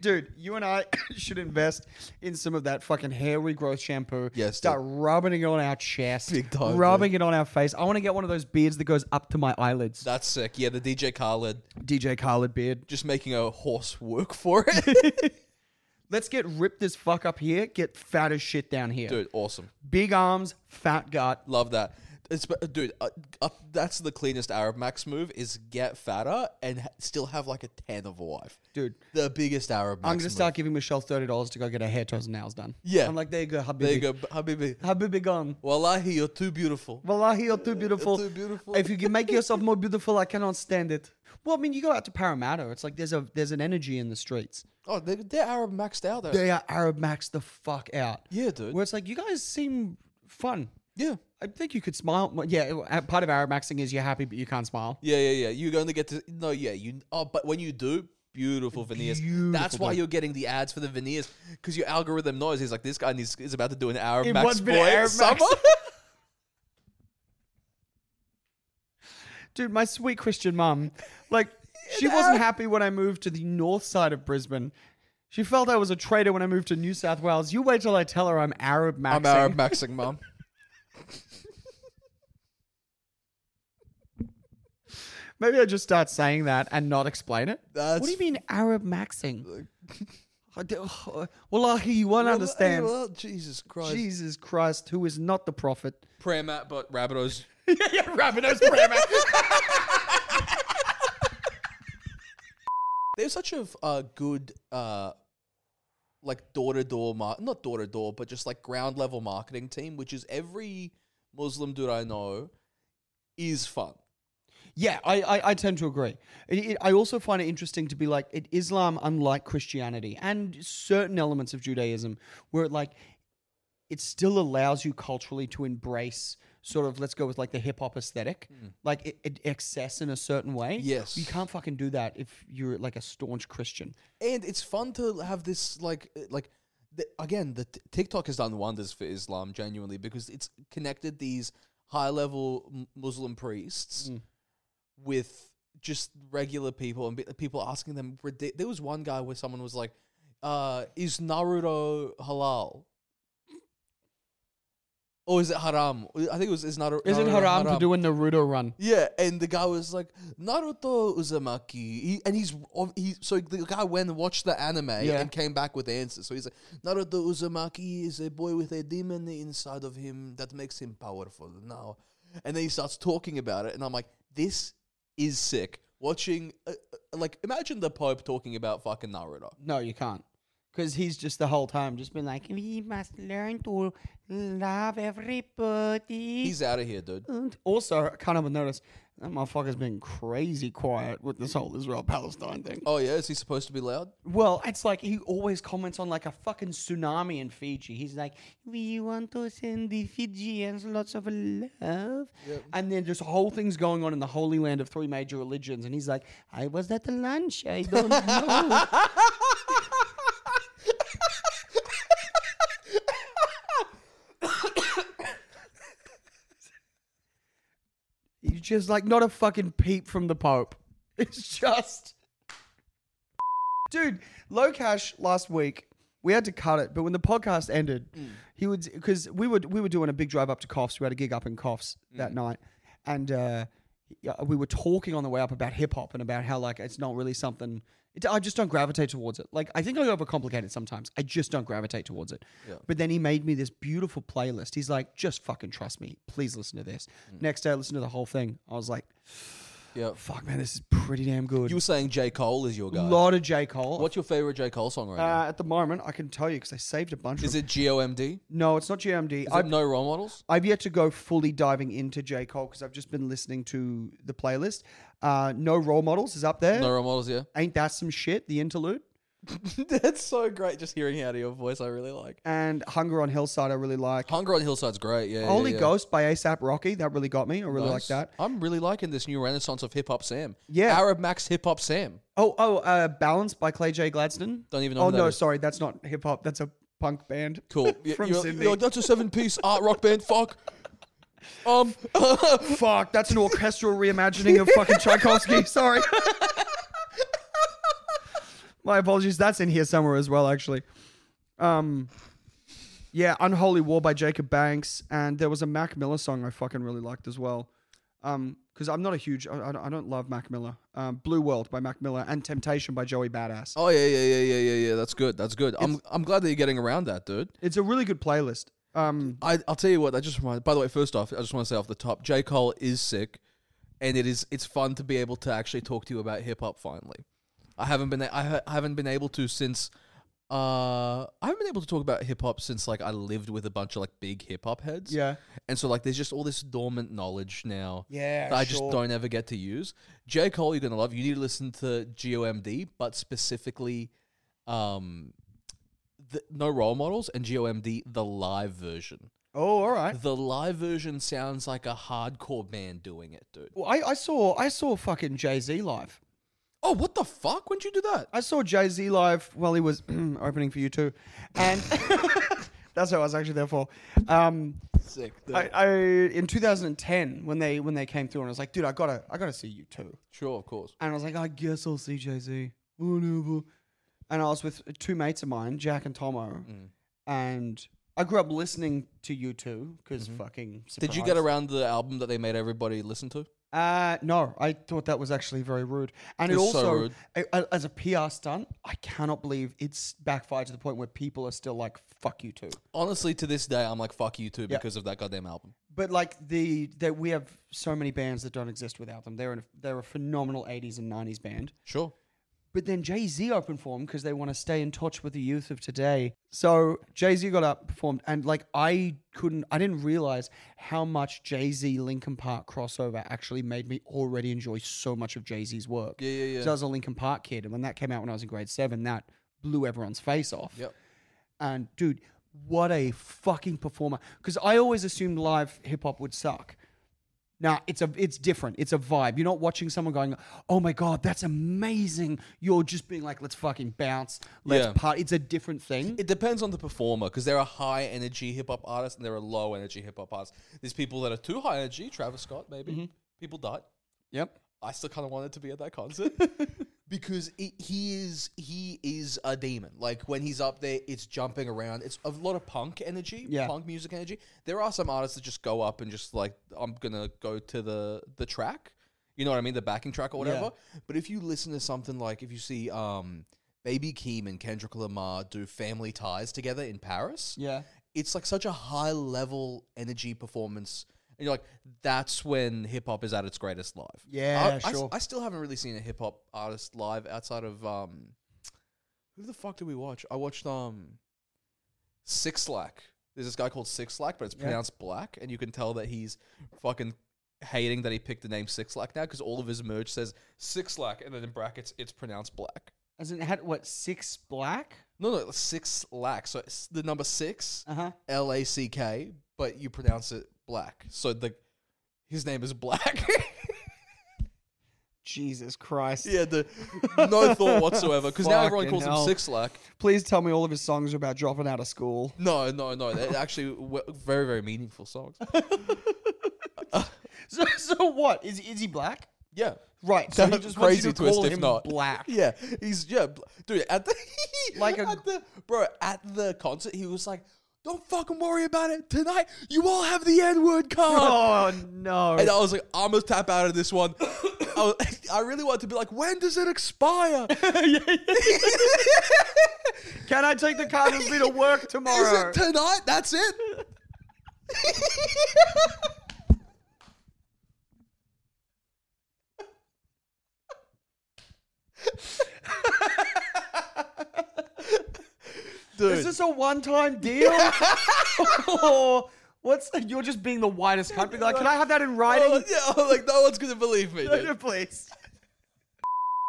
Speaker 2: Dude, you and I should invest in some of that fucking hair regrowth shampoo.
Speaker 1: Yes,
Speaker 2: Start rubbing it on our chest.
Speaker 1: Big time, dude.
Speaker 2: Rubbing it on our face. I want to get one of those beards that goes up to my eyelids.
Speaker 1: That's sick. Yeah, the DJ Khaled
Speaker 2: DJ Khaled beard.
Speaker 1: just making a horse work for it,
Speaker 2: Let's get ripped as fuck up here. Get fat as shit down here.
Speaker 1: dude. Awesome.
Speaker 2: Big arms, fat gut.
Speaker 1: Love that. It's, but, dude, uh, uh, that's the cleanest Arab Max move is get fatter and ha- still have like a 10 of a wife.
Speaker 2: Dude,
Speaker 1: The biggest Arab Max
Speaker 2: I'm gonna
Speaker 1: move.
Speaker 2: start giving Michelle thirty dollars to go get her hair, toes, and nails done.
Speaker 1: Yeah.
Speaker 2: I'm like, there you go, Habibi.
Speaker 1: There you go, b- Habibi.
Speaker 2: Habibi gone.
Speaker 1: Wallahi, you're too beautiful.
Speaker 2: Wallahi, you're too beautiful.
Speaker 1: too beautiful.
Speaker 2: If you can make yourself more beautiful, I cannot stand it. Well, I mean, you go out to Parramatta. It's like there's a there's an energy in the streets.
Speaker 1: Oh, they, they're Arab Maxed out there.
Speaker 2: They are Arab max the fuck out.
Speaker 1: yeah, dude.
Speaker 2: Where it's like you guys seem fun.
Speaker 1: yeah.
Speaker 2: I think you could smile. Well, Yeah, uh, part of Arab maxing is you're happy but you can't smile.
Speaker 1: Yeah, yeah, yeah. You're going to get to. No, yeah. you. Oh, but when you do, beautiful veneers. That's
Speaker 2: Beautiful,
Speaker 1: why
Speaker 2: dude.
Speaker 1: you're getting the ads for the veneers because your algorithm knows. He's like, this guy needs, is about to do an Arab
Speaker 2: It
Speaker 1: Max
Speaker 2: was a bit of
Speaker 1: boy
Speaker 2: Arab
Speaker 1: summer.
Speaker 2: Max. Dude, my sweet Christian mum, like She wasn't happy when I moved to the north side of Brisbane. She felt I was a traitor when I moved to New South Wales. You wait till I tell her I'm Arab Maxing.
Speaker 1: I'm Arab maxing, mom.
Speaker 2: Maybe I just start saying that and not explain it.
Speaker 1: That's
Speaker 2: what do you mean Arab Maxing? I uh, do- Wallahi, you won't understand.
Speaker 1: Well, Jesus Christ.
Speaker 2: Jesus Christ, who is not the prophet.
Speaker 1: Prayer mat, but Rabbitohs.
Speaker 2: yeah, yeah, Rabbitoh's prayer mat.
Speaker 1: They have such a uh, good, uh, like door to door, not door to door, but just like ground level marketing team, which is every Muslim dude I know is fun.
Speaker 2: Yeah, I, I, I tend to agree. It, it, I also find it interesting to be like, it, Islam, unlike Christianity and certain elements of Judaism, where it like, it still allows you culturally to embrace sort of, let's go with like the hip hop aesthetic, like it, it excess in a certain way.
Speaker 1: Yes.
Speaker 2: You can't fucking do that if you're like a staunch Christian.
Speaker 1: and it's fun to have this like uh, like the, again the t- TikTok has done wonders for Islam genuinely because it's connected these high level m- Muslim priests
Speaker 2: Mm.
Speaker 1: with just regular people and be- people asking them ridi- there was one guy where someone was like uh is Naruto halal or is it haram I think it was is Naruto
Speaker 2: Is it
Speaker 1: Naruto
Speaker 2: haram, to do a Naruto run?
Speaker 1: yeah, and the guy was like Naruto Uzumaki, he, and he's he. So the guy went and watched the anime
Speaker 2: Yeah.
Speaker 1: and came back with the answers. So he's like Naruto Uzumaki is a boy with a demon inside of him that makes him powerful now, and then he starts talking about it, and I'm like, this is sick. Watching, uh, uh, like, imagine the Pope talking about fucking Naruto.
Speaker 2: No, you can't. Because he's just the whole time just been like, we must learn to love everybody.
Speaker 1: He's out of here, dude.
Speaker 2: And also, I can't help but notice that motherfucker's been crazy quiet with this whole Israel Palestine thing.
Speaker 1: Oh yeah, is he supposed to be loud?
Speaker 2: Well, it's like he always comments on like a fucking tsunami in Fiji. He's like, "We want to send the Fijians lots of love," and then just whole things going on in the holy land of three major religions. And he's like, "I was at the lunch. I don't know." He's just like not a fucking peep from the Pope. It's just. Dude, low cash last week. We had to cut it, but when the podcast ended, he would because we were we were doing a big drive up to Coffs. We had a gig up in Coffs that night, and uh, yeah, we were talking on the way up about hip hop and about how like it's not really something. It, I just don't gravitate towards it. Like I think I overcomplicate it sometimes. I just don't gravitate towards it. But then he made me this beautiful playlist. He's like, just fucking trust me. Please listen to this. Next day, I listened to the whole thing. I was like,
Speaker 1: Yeah.
Speaker 2: fuck man, this is pretty damn good.
Speaker 1: You were saying J Cole is your
Speaker 2: a
Speaker 1: guy.
Speaker 2: lot of J Cole.
Speaker 1: What's your favorite J Cole song right now?
Speaker 2: Uh, at the moment, I can tell you because I saved a bunch.
Speaker 1: Is
Speaker 2: of
Speaker 1: it G O M D?
Speaker 2: No, it's not GMD.
Speaker 1: Is it
Speaker 2: I've,
Speaker 1: No Role Models?
Speaker 2: I've yet to go fully diving into J Cole because I've just been listening to the playlist. Uh, no role models is up there.
Speaker 1: No Role Models, yeah.
Speaker 2: Ain't that some shit? The interlude
Speaker 1: That's so great. Just hearing out of your voice, I really like.
Speaker 2: and Hunger on Hillside. I really like.
Speaker 1: Hunger on Hillside's great. Yeah,
Speaker 2: Holy
Speaker 1: yeah, yeah.
Speaker 2: Ghost by ASAP Rocky. That really got me. I really like that.
Speaker 1: I'm really liking this new renaissance of hip hop Sam.
Speaker 2: Yeah.
Speaker 1: Arab Max hip hop Sam.
Speaker 2: Oh, oh, uh, Balance by Clay J Gladstone.
Speaker 1: Don't even know
Speaker 2: Oh
Speaker 1: who that
Speaker 2: no,
Speaker 1: is.
Speaker 2: sorry, that's not hip hop. That's a punk band.
Speaker 1: Cool. Y-
Speaker 2: from
Speaker 1: you're-
Speaker 2: Sydney.
Speaker 1: you're- that's a seven piece art rock band. Fuck. Um.
Speaker 2: Fuck, that's an orchestral reimagining of fucking Tchaikovsky. Sorry. My apologies. That's in here somewhere as well, actually. Um, yeah, Unholy War by Jacob Banks. And there was a Mac Miller song I fucking really liked as well. Because I'm not a huge, I, I don't- I don't love Mac Miller. Um, Blue World by Mac Miller and Temptation by Joey Badass.
Speaker 1: oh yeah, yeah, yeah, yeah, yeah, yeah. That's good. That's good. I'm I'm glad that you're getting around that, dude.
Speaker 2: It's a really good playlist. Um,
Speaker 1: I I'll tell you what. I just reminded. By the way, first off, I just want to say off the top, J Cole is sick, and it is it's fun to be able to actually talk to you about hip hop finally. I haven't been I, ha- I haven't been able to since uh I haven't been able to talk about hip hop since like I lived with a bunch of like big hip hop heads.
Speaker 2: yeah.
Speaker 1: And so like there's just all this dormant knowledge now
Speaker 2: Yeah.
Speaker 1: that I just don't ever get to use. J. Cole, you're gonna love. You need to listen to GOMD, but specifically um the, no role models and GOMD the live version.
Speaker 2: Oh, all right.
Speaker 1: The live version sounds like a hardcore band doing it, dude.
Speaker 2: Well, I, I saw I saw fucking Jay Z live.
Speaker 1: Oh, what the fuck? When'd you do that?
Speaker 2: I saw Jay Z live while he was opening for you too, and That's what I was actually there for. Um,
Speaker 1: Sick.
Speaker 2: I, I in 2010 when they when they came through, and I was like, dude, I gotta I gotta see you too.
Speaker 1: sure, of course.
Speaker 2: And I was like, I guess I'll see Jay Z. Whatever. And I was with two mates of mine, Jack and Tomo,
Speaker 1: Mm.
Speaker 2: and I grew up listening to you two because fucking.
Speaker 1: Mm-hmm. Did you
Speaker 2: surprise.
Speaker 1: get around the album that they made everybody listen to?
Speaker 2: Uh, no, I thought that was actually very rude. And it
Speaker 1: It's so
Speaker 2: also,
Speaker 1: rude.
Speaker 2: I- I- as a PR stunt, I cannot believe it's backfired to the point where people are still like, fuck you too.
Speaker 1: Honestly, to this day, I'm like, fuck you too because of that goddamn album.
Speaker 2: But like the that we have so many bands that don't exist without them. They're in, they're a phenomenal '80s and '90s band.
Speaker 1: Sure.
Speaker 2: But then Jay Z opened for them because they want to stay in touch with the youth of today. So Jay Z got up, performed, and like I couldn't, I didn't realize how much Jay Z Linkin Park crossover actually made me already enjoy so much of Jay Z's work.
Speaker 1: Yeah, yeah,
Speaker 2: So I
Speaker 1: yeah.
Speaker 2: was a Linkin Park kid, and when that came out when I was in grade seven, that blew everyone's face off.
Speaker 1: Yep.
Speaker 2: And dude, what a fucking performer! Because I always assumed live hip hop would suck. Now it's a it's different. It's a vibe. You're not watching someone going, "Oh my god, that's amazing." You're just being like, "Let's fucking bounce, let's
Speaker 1: Yeah.
Speaker 2: party." It's a different thing.
Speaker 1: It depends on the performer because there are high energy hip hop artists and there are low energy hip hop artists. There's people that are too high energy. Travis Scott, maybe. People died.
Speaker 2: yep.
Speaker 1: I still kind of wanted to be at that concert because it, he is he is a demon. Like when he's up there, it's jumping around. It's a lot of punk energy,
Speaker 2: Yeah.
Speaker 1: punk music energy. There are some artists that just go up and just like I'm gonna go to the the track. You know what I mean, the backing track or whatever. But if you listen to something like if you see um, Baby Keem and Kendrick Lamar do Family Ties together in Paris,
Speaker 2: Yeah.
Speaker 1: it's like such a high level energy performance. And you're like, that's when hip hop is at its greatest live.
Speaker 2: Yeah,
Speaker 1: I, I s-
Speaker 2: sure.
Speaker 1: I, still haven't really seen a hip hop artist live outside of um, who the fuck did we watch? I watched um, Six Lack. There's this guy called Six Lack, but it's
Speaker 2: Yeah.
Speaker 1: pronounced Black, and you can tell that he's fucking hating that he picked the name Six Lack now because all of his merch says Six Lack, and then in brackets it's pronounced Black.
Speaker 2: As in, it had what six black?
Speaker 1: No, no, Six Lack. So it's the number six.
Speaker 2: Uh huh.
Speaker 1: L A C K, but you pronounce it black. So the his name is Black.
Speaker 2: Jesus Christ.
Speaker 1: yeah, the no thought whatsoever. Because now everyone
Speaker 2: Fucking
Speaker 1: calls
Speaker 2: hell.
Speaker 1: him Six Lack.
Speaker 2: Please tell me all of his songs are about dropping out of school.
Speaker 1: No, no, no. They're actually w- very, very meaningful songs.
Speaker 2: So, so what is is he black?
Speaker 1: Yeah.
Speaker 2: Right. So he
Speaker 1: That's
Speaker 2: just
Speaker 1: crazy
Speaker 2: wants you to
Speaker 1: twist,
Speaker 2: call
Speaker 1: if
Speaker 2: him
Speaker 1: not.
Speaker 2: black.
Speaker 1: Yeah, he's yeah, bl- dude. At the
Speaker 2: Like
Speaker 1: like
Speaker 2: a-
Speaker 1: at the bro at the concert, he was like, "Don't fucking worry about it tonight. You all have the N word card."
Speaker 2: Oh no.
Speaker 1: And I was like, I'm gonna tap out of this one. I, was, I really wanted to be like, when does it expire?
Speaker 2: Can I take the car with me to work
Speaker 1: Is
Speaker 2: tomorrow?
Speaker 1: it tonight? That's it. Dude,
Speaker 2: Is this a one-time deal? or what's you're just being the whitest country? Like, can I have that in
Speaker 1: oh,
Speaker 2: writing,
Speaker 1: yeah, I'm like no one's gonna believe me. Dude.
Speaker 2: please?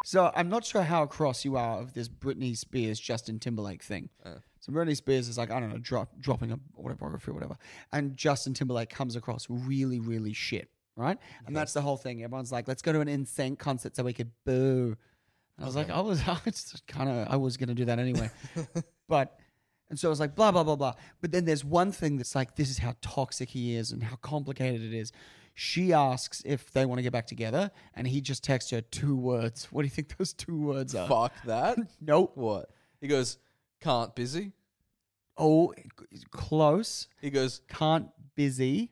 Speaker 2: So I'm not sure how across you are of this Britney Spears Justin Timberlake thing. So Britney Spears is like I don't know drop, dropping a autobiography or whatever, and Justin Timberlake comes across really really shit, right? And that's the whole thing. Everyone's like, let's go to an insane concert so we could boo. And I was like, I was I was kind of I was gonna do that anyway, but and so I was like blah blah blah blah. But then there's one thing that's like this is how toxic he is and how complicated it is. She asks if they want to get back together, and he just texts her two words. What do you think those two words are?
Speaker 1: Fuck that.
Speaker 2: Nope.
Speaker 1: What? He goes, can't busy.
Speaker 2: Oh, close.
Speaker 1: He goes,
Speaker 2: Can't busy.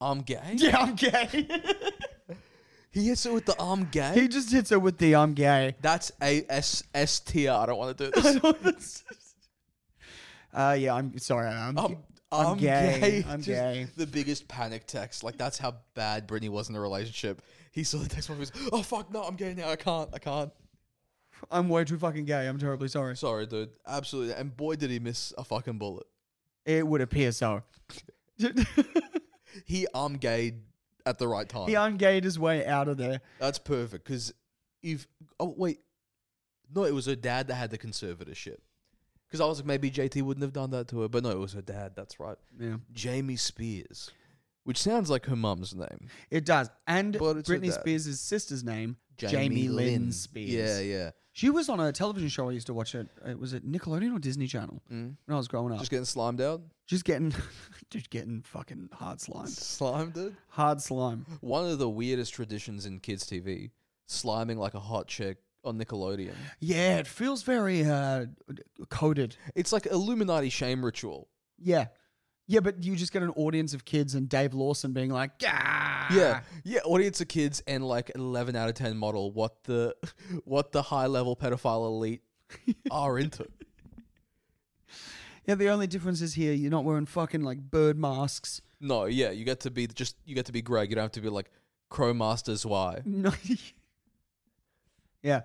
Speaker 1: I'm gay.
Speaker 2: Yeah, I'm gay.
Speaker 1: He hits it with the I'm gay.
Speaker 2: he just hits her with the I'm gay.
Speaker 1: That's A S S T R. I don't want to do this.
Speaker 2: uh, yeah, I'm sorry. I'm,
Speaker 1: I'm,
Speaker 2: I'm
Speaker 1: I'm,
Speaker 2: gay.
Speaker 1: gay.
Speaker 2: I'm
Speaker 1: Just
Speaker 2: gay.
Speaker 1: The biggest panic text. Like that's how bad Brittany was in the relationship. He saw the text and he was, "Oh fuck, no, I'm gay now. I can't. I can't."
Speaker 2: I'm way too fucking gay. I'm terribly sorry.
Speaker 1: Sorry, dude. Absolutely. And boy, did he miss a fucking bullet.
Speaker 2: It would appear so.
Speaker 1: He I'm gay at the right time.
Speaker 2: he uh, ungayed his way out of there.
Speaker 1: That's perfect. Because if oh wait, no, it was her dad that had the conservatorship. Because I was like, maybe JT wouldn't have done that to her, but no, it was her dad. That's right.
Speaker 2: Yeah,
Speaker 1: Jamie Spears, which sounds like her mum's name.
Speaker 2: it does. And
Speaker 1: But it's her
Speaker 2: Britney
Speaker 1: dad.
Speaker 2: Spears' sister's name Jamie Lynn Spears.
Speaker 1: Yeah, yeah.
Speaker 2: She was on a television show I used to watch. It uh, was it Nickelodeon or Disney Channel
Speaker 1: Mm.
Speaker 2: when I was growing up.
Speaker 1: Just
Speaker 2: Just,
Speaker 1: getting slimed out.
Speaker 2: getting, just getting fucking hard slime.
Speaker 1: Slimed it.
Speaker 2: Hard slime.
Speaker 1: One of the weirdest traditions in kids' TV: sliming like a hot chick on Nickelodeon.
Speaker 2: Yeah, it feels very uh, coded.
Speaker 1: It's like Illuminati shame ritual.
Speaker 2: Yeah, yeah, but you just get an audience of kids and Dave Lawson being like, "Gah!"
Speaker 1: Yeah, yeah. Audience of kids and like an eleven out of ten model. What the, what the high level pedophile elite are into.
Speaker 2: yeah. The only difference is here you're not wearing fucking like bird masks.
Speaker 1: No, yeah. You get to be just. You get to be Greg. You don't have to be like Crow Masters Y.
Speaker 2: No. yeah,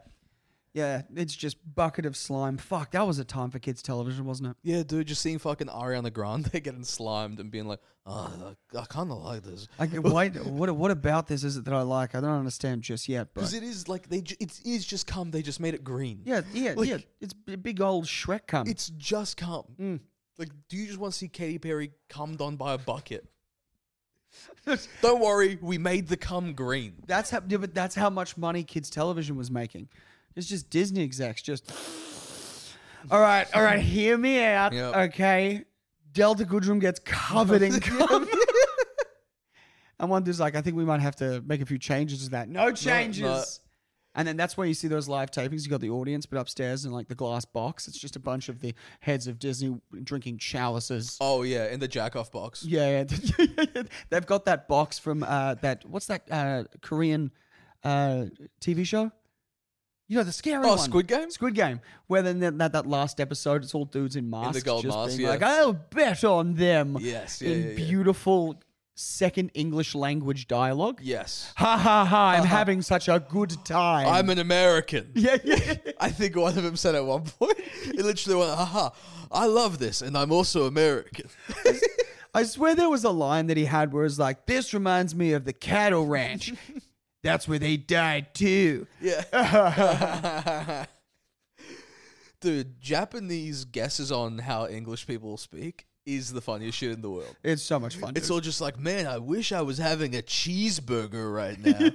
Speaker 2: yeah. It's just bucket of slime. Fuck, that was a time for kids television, wasn't it?
Speaker 1: Yeah, dude, just seeing fucking Ariana Grande getting slimed and being like, oh, I, I kind of like this.
Speaker 2: Like, why? What? What about this? Is it that I like? I don't understand just yet. But
Speaker 1: Because it is like, they ju- it is just cum. They just made it green.
Speaker 2: yeah, yeah,
Speaker 1: Like-
Speaker 2: yeah. It's b- big old Shrek cum.
Speaker 1: It's just cum.
Speaker 2: Mm.
Speaker 1: Like, do you just want to see Katy Perry cummed on by a bucket? Don't worry, we made the cum green.
Speaker 2: That's how, yeah, but that's how much money kids television was making. It's just Disney execs just. All right, all right, hear me out.
Speaker 1: Yep.
Speaker 2: Okay, Delta Goodrum gets covered in cum. and one dude's like, I think we might have to make a few changes to that. No changes. And then that's where you see those live tapings. You got the audience, but upstairs in like the glass box, it's just a bunch of the heads of Disney drinking chalices.
Speaker 1: Oh, yeah, in the jack off box.
Speaker 2: Yeah, yeah. they've got that box from uh, that. What's that uh, Korean uh, TV show? You know the scary
Speaker 1: Oh,
Speaker 2: one.
Speaker 1: Squid Game?
Speaker 2: Squid Game. Where then that, that that last episode, it's all dudes in masks,
Speaker 1: gold
Speaker 2: just
Speaker 1: mask,
Speaker 2: being
Speaker 1: yeah.
Speaker 2: like, "I'll bet on them."
Speaker 1: Yes, yeah,
Speaker 2: in
Speaker 1: yeah, yeah.
Speaker 2: beautiful second English language dialogue.
Speaker 1: Yes.
Speaker 2: Ha ha ha! I'm having such a good time.
Speaker 1: I'm an American.
Speaker 2: yeah, yeah.
Speaker 1: I think one of them said at one point, it literally went, haha, I love this and I'm also American.
Speaker 2: I swear there was a line that he had where it's like, "This reminds me of the cattle ranch. That's where they died too."
Speaker 1: Yeah. Dude, Japanese guesses on how English people speak is the funniest shit in the world.
Speaker 2: It's so much fun.
Speaker 1: It's all just like, man, I wish I was having a cheeseburger right now.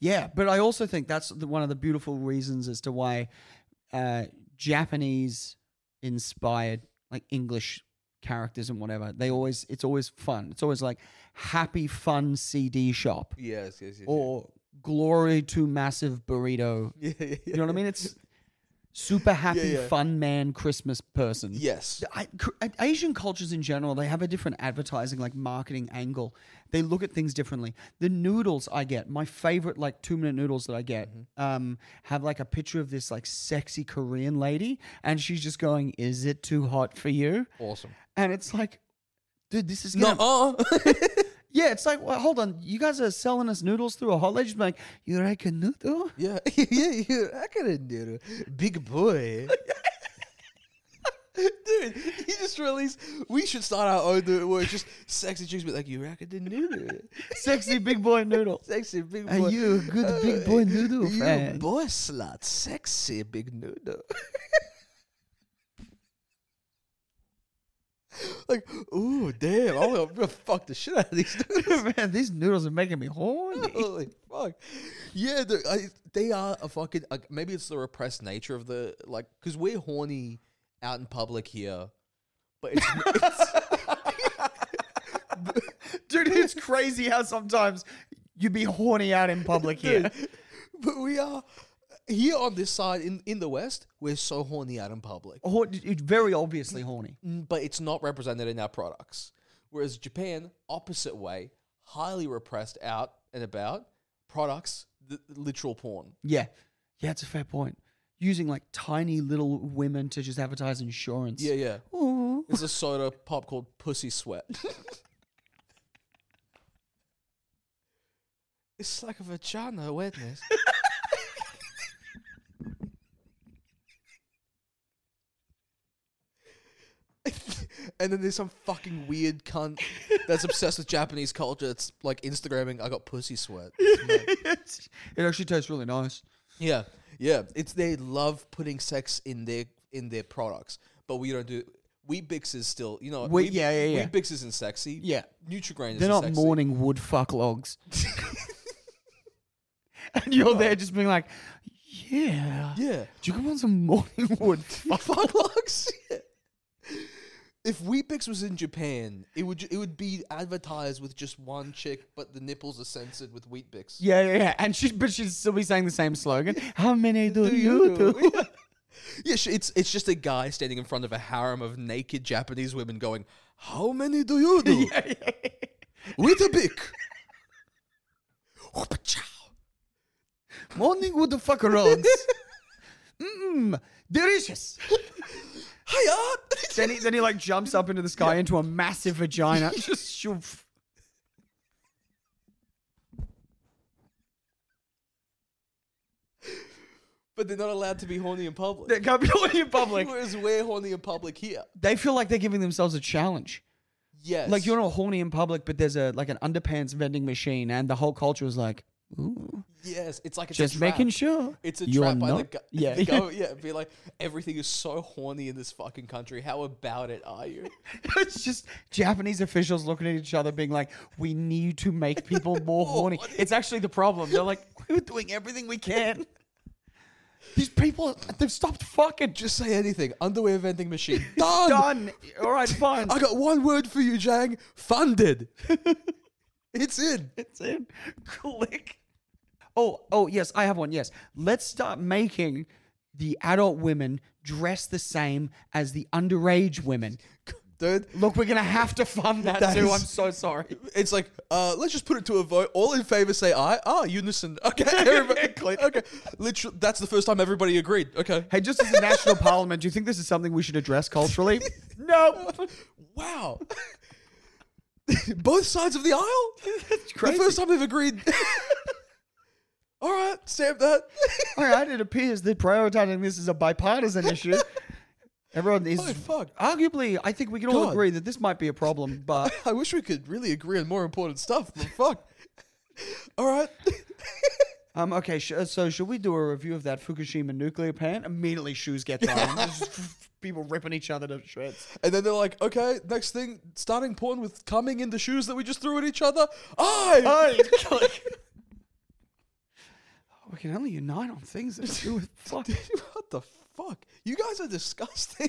Speaker 2: yeah, but I also think that's the, one of the beautiful reasons as to why uh, Japanese inspired like English characters and whatever. They always it's always fun. It's always like happy fun CD shop
Speaker 1: yes, yes, yes.
Speaker 2: or glory to massive burrito.
Speaker 1: yeah, yeah,
Speaker 2: You know what I mean? It's super happy
Speaker 1: yeah.
Speaker 2: fun man Christmas person.
Speaker 1: Yes.
Speaker 2: I, cr- I- Asian cultures in general, they have a different advertising, like marketing angle. They look at things differently. The noodles I get, my favorite, like two minute noodles that I get, um, have like a picture of this like sexy Korean lady, and she's just going, "Is it too hot for you?"
Speaker 1: Awesome.
Speaker 2: And it's like, dude, this is
Speaker 1: No,
Speaker 2: gonna- yeah. It's like, well, hold on, you guys are selling us noodles through a hot lady. She's like, you like a noodle?
Speaker 1: yeah, yeah, yeah. I couldn't do it. Big boy. Dude, he just realized we should start our own dude where it's just sexy chicks be like, you reckon the noodle?
Speaker 2: Sexy big boy noodle.
Speaker 1: Sexy big boy.
Speaker 2: Are you a good big boy noodle
Speaker 1: You
Speaker 2: fan?
Speaker 1: boy slut, sexy big noodle. like, ooh, damn! I'm gonna, I'm gonna fuck the shit out of these dudes.
Speaker 2: Man, these noodles are making me horny.
Speaker 1: Holy fuck! Yeah, dude, I, they are a fucking. Like, maybe it's the repressed nature of the like, because we're horny out in public here, but it's, it's
Speaker 2: Dude, it's crazy how sometimes you'd be horny out in public here.
Speaker 1: but we are here on this side in in the West. We're so horny out in public.
Speaker 2: Hor- it's very obviously horny.
Speaker 1: n- but it's not represented in our products. Whereas Japan, opposite way, highly repressed out and about products, th- literal porn.
Speaker 2: Yeah. Yeah, it's a fair point. Using like tiny little women to just advertise insurance.
Speaker 1: Yeah, yeah.
Speaker 2: Ooh.
Speaker 1: There's a soda pop called Pussy Sweat. it's like a vagina wetness. and then there's some fucking weird cunt that's obsessed with Japanese culture. It's like Instagramming, I got pussy sweat. It's mad.
Speaker 2: it actually tastes really nice.
Speaker 1: Yeah, yeah. It's they love putting sex in their in their products, but we don't do. Weebix is still, you know,
Speaker 2: We- yeah, yeah, yeah.
Speaker 1: Weebix isn't sexy.
Speaker 2: Yeah.
Speaker 1: Nutrigrain isn't
Speaker 2: They're not
Speaker 1: sexy.
Speaker 2: mourning wood fuck logs. and you're there just being like, Oh. yeah,
Speaker 1: Yeah.
Speaker 2: do you want some morning wood?
Speaker 1: Fuck locks. If Weepix was in Japan, it would ju- it would be advertised with just one chick, but the nipples are censored with Weepix.
Speaker 2: yeah, yeah, yeah. And she, but she'd still be saying the same slogan. How many do, you, do?
Speaker 1: yeah, sh- it's it's just a guy standing in front of a harem of naked Japanese women going, "How many do you do with a big?"
Speaker 2: morning wood fuck rolls. Mmm, delicious.
Speaker 1: Hiya!
Speaker 2: Then he, then he like jumps up into the sky into a massive vagina. Just shoof.
Speaker 1: but they're not allowed to be horny in public.
Speaker 2: They can't be horny in public.
Speaker 1: Whereas we're horny in public here.
Speaker 2: They feel like they're giving themselves a challenge.
Speaker 1: Yes.
Speaker 2: Like you're not horny in public, but there's a like an underpants vending machine, and the whole culture is like, ooh,
Speaker 1: Yes, it's like it's a
Speaker 2: just
Speaker 1: trap.
Speaker 2: making sure
Speaker 1: It's a
Speaker 2: you're
Speaker 1: trap by the,
Speaker 2: not-
Speaker 1: go-
Speaker 2: yeah,
Speaker 1: the go- yeah. Be like, everything is so horny in this fucking country. How about it? Are you?
Speaker 2: it's just Japanese officials looking at each other, being like, "We need to make people more horny." It's actually the problem. They're like, "We're doing everything we can." These people, they've stopped fucking.
Speaker 1: Just say anything. Underwear vending machine. Done.
Speaker 2: Done. All right, fine.
Speaker 1: I got one word for you, Jang. Funded. it's in.
Speaker 2: It's in. Click. Oh, oh yes, I have one. Yes, let's start making the adult women dress the same as the underage women.
Speaker 1: Dude,
Speaker 2: Look, we're gonna have to fund that,
Speaker 1: That
Speaker 2: too.
Speaker 1: is-
Speaker 2: I'm so sorry.
Speaker 1: it's like, uh, let's just put it to a vote. All in favor say aye. Ah, unison. Okay, everybody. okay, literally, that's the first time everybody agreed. Okay.
Speaker 2: Hey, just as a national parliament, do you think this is something we should address culturally? no.
Speaker 1: Wow. Both sides of the aisle?
Speaker 2: That's
Speaker 1: The first time they've agreed. All right, stamp that.
Speaker 2: All right, it appears they're prioritizing this as a bipartisan issue. Everyone is.
Speaker 1: Holy fuck.
Speaker 2: Arguably, I think we can all
Speaker 1: God.
Speaker 2: agree that this might be a problem, but
Speaker 1: I wish we could really agree on more important stuff, but fuck. All right.
Speaker 2: um, okay. Sh- uh, so, should we do a review of that Fukushima nuclear plant? Immediately, shoes get thrown. Just People ripping each other to shreds.
Speaker 1: And then they're like, okay, next thing, starting porn with coming in the shoes that we just threw at each other. I.
Speaker 2: we can only unite on things that do with fuck.
Speaker 1: what the fuck? You guys are disgusting.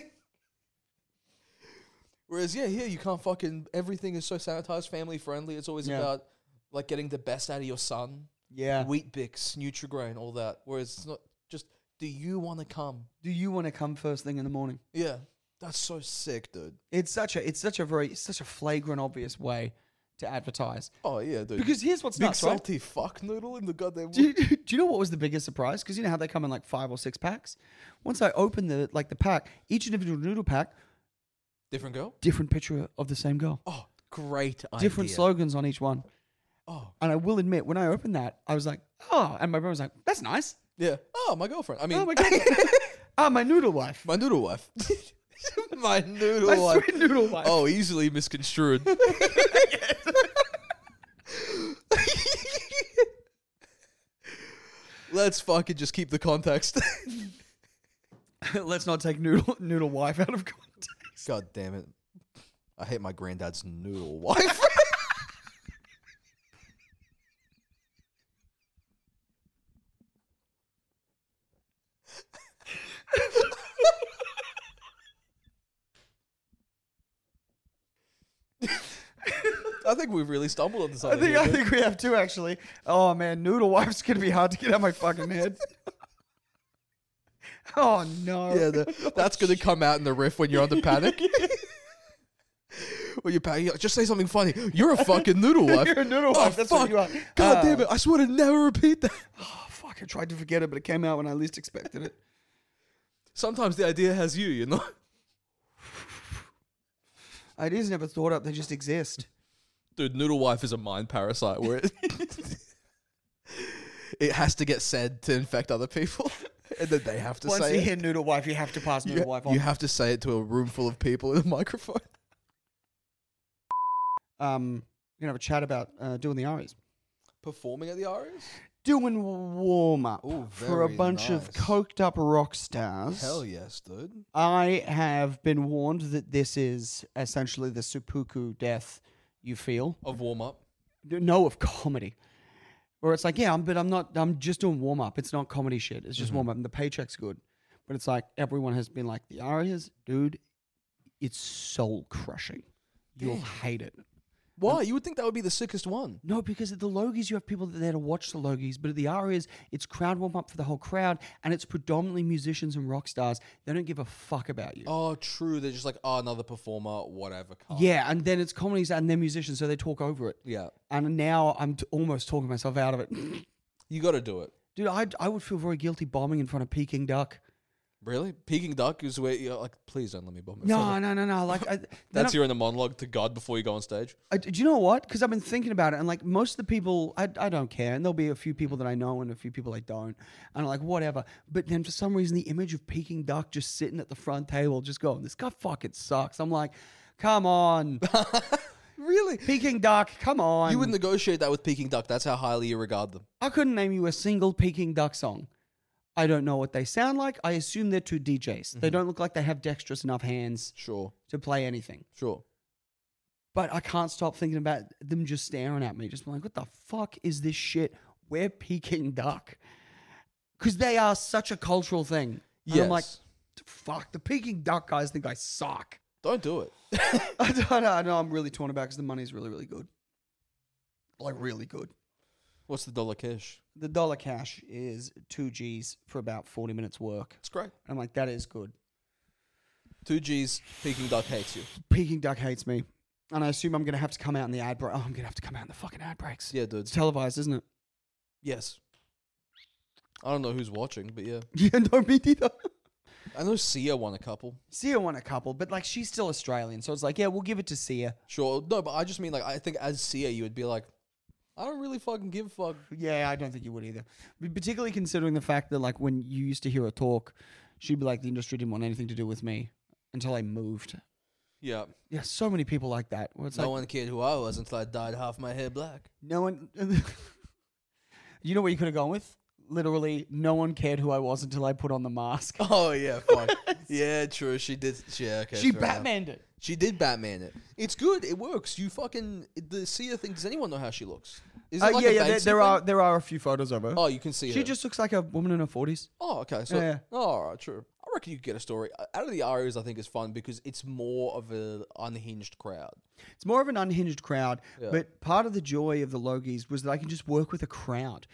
Speaker 1: Whereas, yeah, here you can't fucking. Everything is so sanitized, family friendly. It's always
Speaker 2: Yeah.
Speaker 1: about like getting the best out of your son.
Speaker 2: Yeah.
Speaker 1: Wheat Bix, Nutrigrain, all that. Whereas it's not just, do you want to come?
Speaker 2: do you want to come first thing in the morning?
Speaker 1: Yeah. That's so sick, dude.
Speaker 2: It's such a it's such a very it's such a flagrant obvious way to advertise.
Speaker 1: Oh, yeah, dude.
Speaker 2: Because here's what's
Speaker 1: Big
Speaker 2: nuts, right?
Speaker 1: salty fuck noodle in the goddamn.
Speaker 2: Do you, do you know what was the biggest surprise? Because you know how they come in like five or six packs. Once I opened the like the pack, each individual noodle pack,
Speaker 1: Different girl?
Speaker 2: different picture of the same girl,
Speaker 1: Oh, great idea.
Speaker 2: different slogans on each one.
Speaker 1: Oh,
Speaker 2: And I will admit, when I opened that, I was like, oh, and my brother was like, that's nice.
Speaker 1: yeah. Oh, my girlfriend. I mean,
Speaker 2: Oh my
Speaker 1: my,
Speaker 2: god, ah, my noodle wife,
Speaker 1: noodle wife. my noodle
Speaker 2: my
Speaker 1: wife.
Speaker 2: sweet noodle wife.
Speaker 1: Oh, easily misconstrued. Let's fucking just keep the context.
Speaker 2: Oh, Let's not take noodle noodle wife out of context.
Speaker 1: God damn it. I hate my granddad's noodle wife. I think we've really stumbled on
Speaker 2: I
Speaker 1: something.
Speaker 2: think
Speaker 1: here,
Speaker 2: I
Speaker 1: dude.
Speaker 2: think we have two actually. Oh man, noodle wife's gonna be hard to get out of my fucking head. oh no.
Speaker 1: yeah, the, that's gonna come out in the riff when you're under panic. when you're panic, you're like, just say something funny. You're a fucking noodle wife.
Speaker 2: You're a noodle wife, that's what you are.
Speaker 1: God
Speaker 2: Uh,
Speaker 1: damn it! I swear to never repeat that.
Speaker 2: Oh, fuck, I tried to forget it, but it came out when I least expected it.
Speaker 1: Sometimes the idea has you, you know.
Speaker 2: Ideas never thought up, they just exist.
Speaker 1: Dude, noodle wife is a mind parasite. Where it, it has to get said to infect other people, and then they have to
Speaker 2: Once
Speaker 1: say
Speaker 2: you
Speaker 1: it.
Speaker 2: hear noodle wife, you have to pass noodle
Speaker 1: You,
Speaker 2: wife
Speaker 1: you
Speaker 2: on.
Speaker 1: have to say it to a room full of people in a microphone.
Speaker 2: um, we're gonna have a chat about uh, doing the Aries.
Speaker 1: Performing at the Aries?
Speaker 2: Doing warm up
Speaker 1: Ooh,
Speaker 2: for a
Speaker 1: very
Speaker 2: bunch of
Speaker 1: nice.
Speaker 2: coked up rock stars.
Speaker 1: Hell yes, dude.
Speaker 2: I have been warned that this is essentially the seppuku death you feel.
Speaker 1: Of warm up.
Speaker 2: No, of comedy. where it's like, yeah, I'm, but I'm not. I'm just doing warm up. It's not comedy shit. It's just warm up, and the paycheck's good. But it's like everyone has been like, the Arias, dude, it's soul crushing. You'll hate it.
Speaker 1: Why? you would think that would be the sickest one.
Speaker 2: No, because at the Logies, you have people that are there to watch the Logies, but at the Arias, it's crowd warm up for the whole crowd, and it's predominantly musicians and rock stars. They don't give a fuck about you.
Speaker 1: Oh, true. They're just like, oh, another performer, whatever. cunt."
Speaker 2: Yeah, and then it's comedies and they're musicians, so they talk over it.
Speaker 1: Yeah.
Speaker 2: And now I'm t- almost talking myself out of it.
Speaker 1: You got to do it.
Speaker 2: Dude, I, I would feel very guilty bombing in front of Peking Duck.
Speaker 1: Really? Peking Duck is where you're like, please don't let me bomb it.
Speaker 2: No, no, no, no. Like, I, then
Speaker 1: That's your in the monologue to God before you go on stage.
Speaker 2: I, do you know what? Because I've been thinking about it, and like most of the people, I, I don't care. And there'll be a few people that I know and a few people I don't. And I'm like, whatever. But then for some reason, the image of Peking Duck just sitting at the front table, just going, this guy fucking sucks. I'm like, come on.
Speaker 1: Really?
Speaker 2: Peking Duck, come on.
Speaker 1: You would negotiate that with Peking Duck. That's how highly you regard them.
Speaker 2: I couldn't name you a single Peking Duck song. I don't know what they sound like. I assume they're two DJs. They
Speaker 1: Mm-hmm.
Speaker 2: don't look like they have dexterous enough hands
Speaker 1: Sure.
Speaker 2: to play anything.
Speaker 1: Sure.
Speaker 2: But I can't stop thinking about them just staring at me, just being like, what the fuck is this shit? We're Peking duck. Because they are such a cultural thing. And
Speaker 1: Yes.
Speaker 2: I'm like, fuck, the Peking duck guys think I suck.
Speaker 1: don't do it.
Speaker 2: I don't know. I know I'm really torn about because the money's really, really good. Like, really good.
Speaker 1: What's the dollar cash?
Speaker 2: The dollar cash is two G's for about 40 minutes work.
Speaker 1: It's great.
Speaker 2: I'm like, that is good.
Speaker 1: Two G's. Peking Duck hates you.
Speaker 2: Peking duck hates me. And I assume I'm going to have to come out in the ad break. Oh, I'm going to have to come out in the fucking ad breaks.
Speaker 1: Yeah, dude.
Speaker 2: It's televised, isn't it?
Speaker 1: Yes. I don't know who's watching, but yeah.
Speaker 2: Yeah, no, me neither.
Speaker 1: I know Sia won a couple.
Speaker 2: Sia won a couple, but like she's still Australian, so it's like, yeah, we'll give it to Sia.
Speaker 1: Sure. No, but I just mean like I think as Sia you would be like, I don't really fucking give a fuck.
Speaker 2: Yeah, I don't think you would either. P- Particularly considering the fact that like when you used to hear her talk, she'd be like, the industry didn't want anything to do with me until I moved.
Speaker 1: Yeah.
Speaker 2: Yeah, so many people like that. Where it's
Speaker 1: no
Speaker 2: like
Speaker 1: one cared who I was until I dyed half my hair black.
Speaker 2: no one. you know what you could have gone with? Literally, no one cared who I was until I put on the mask.
Speaker 1: Oh yeah, fuck. yeah, true. She did. Yeah, okay.
Speaker 2: she
Speaker 1: fair enough.
Speaker 2: Batmaned it.
Speaker 1: She did Batman it. It's good. It works. You fucking the Sia thing. Does anyone know how she looks? Is it
Speaker 2: Uh,
Speaker 1: like
Speaker 2: yeah,
Speaker 1: a
Speaker 2: yeah. There,
Speaker 1: Banksy
Speaker 2: there
Speaker 1: thing?
Speaker 2: are there are a few photos of her.
Speaker 1: Oh, you can see
Speaker 2: she
Speaker 1: her.
Speaker 2: just looks like a woman in her forties.
Speaker 1: Oh, okay. So,
Speaker 2: Yeah.
Speaker 1: oh, all right, true. I reckon you could get a story Uh, out of the Arias. I think is fun because it's more of a unhinged crowd.
Speaker 2: It's more of an unhinged crowd,
Speaker 1: Yeah.
Speaker 2: but part of the joy of the Logies was that I can just work with a crowd.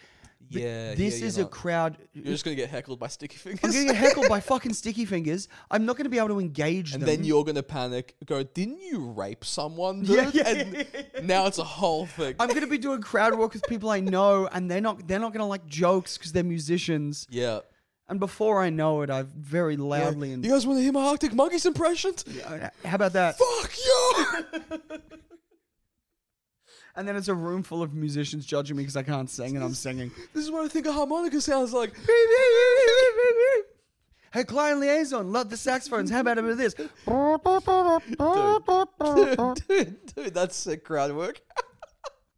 Speaker 2: But
Speaker 1: Yeah,
Speaker 2: this
Speaker 1: yeah,
Speaker 2: is
Speaker 1: you're
Speaker 2: a
Speaker 1: not-
Speaker 2: crowd.
Speaker 1: You're just gonna get heckled by sticky fingers.
Speaker 2: I'm gonna get heckled by fucking sticky fingers. I'm not gonna be able to engage
Speaker 1: and
Speaker 2: them.
Speaker 1: then you're gonna panic. Go, didn't you rape someone?
Speaker 2: Yeah,
Speaker 1: dude?"
Speaker 2: yeah.
Speaker 1: And now it's a whole thing.
Speaker 2: I'm gonna be doing crowd work with people I know, and they're not they're not gonna like jokes because they're musicians.
Speaker 1: yeah.
Speaker 2: And before I know it, I've very loudly and
Speaker 1: You guys want to hear my Arctic Monkeys impressions?
Speaker 2: Uh, how about that?
Speaker 1: Fuck you!
Speaker 2: And then it's a room full of musicians judging me because I can't sing and I'm singing.
Speaker 1: this is what I think a harmonica sounds like.
Speaker 2: Hey, client liaison, love the saxophones. How about a bit of this?
Speaker 1: dude, dude, dude, that's sick crowd work.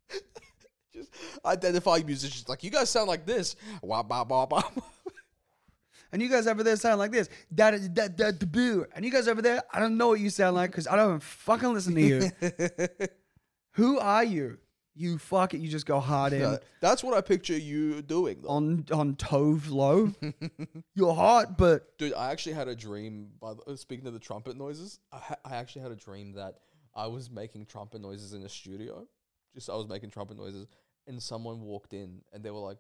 Speaker 1: Just identify musicians like you guys sound like this. Wah, bah, bah, bah.
Speaker 2: And you guys over there sound like this. That is that that the boo. And you guys over there, I don't know what you sound like because I don't even fucking listen to you. Who are you? You fuck it. You just go hard in
Speaker 1: Yeah, that's what I picture you doing. though.
Speaker 2: on on Tove Low. You're hot, but
Speaker 1: Dude, I actually had a dream. By the, uh, speaking of the trumpet noises, I, ha- I actually had a dream that I was making trumpet noises in a studio. Just I was making trumpet noises, and someone walked in, and they were like,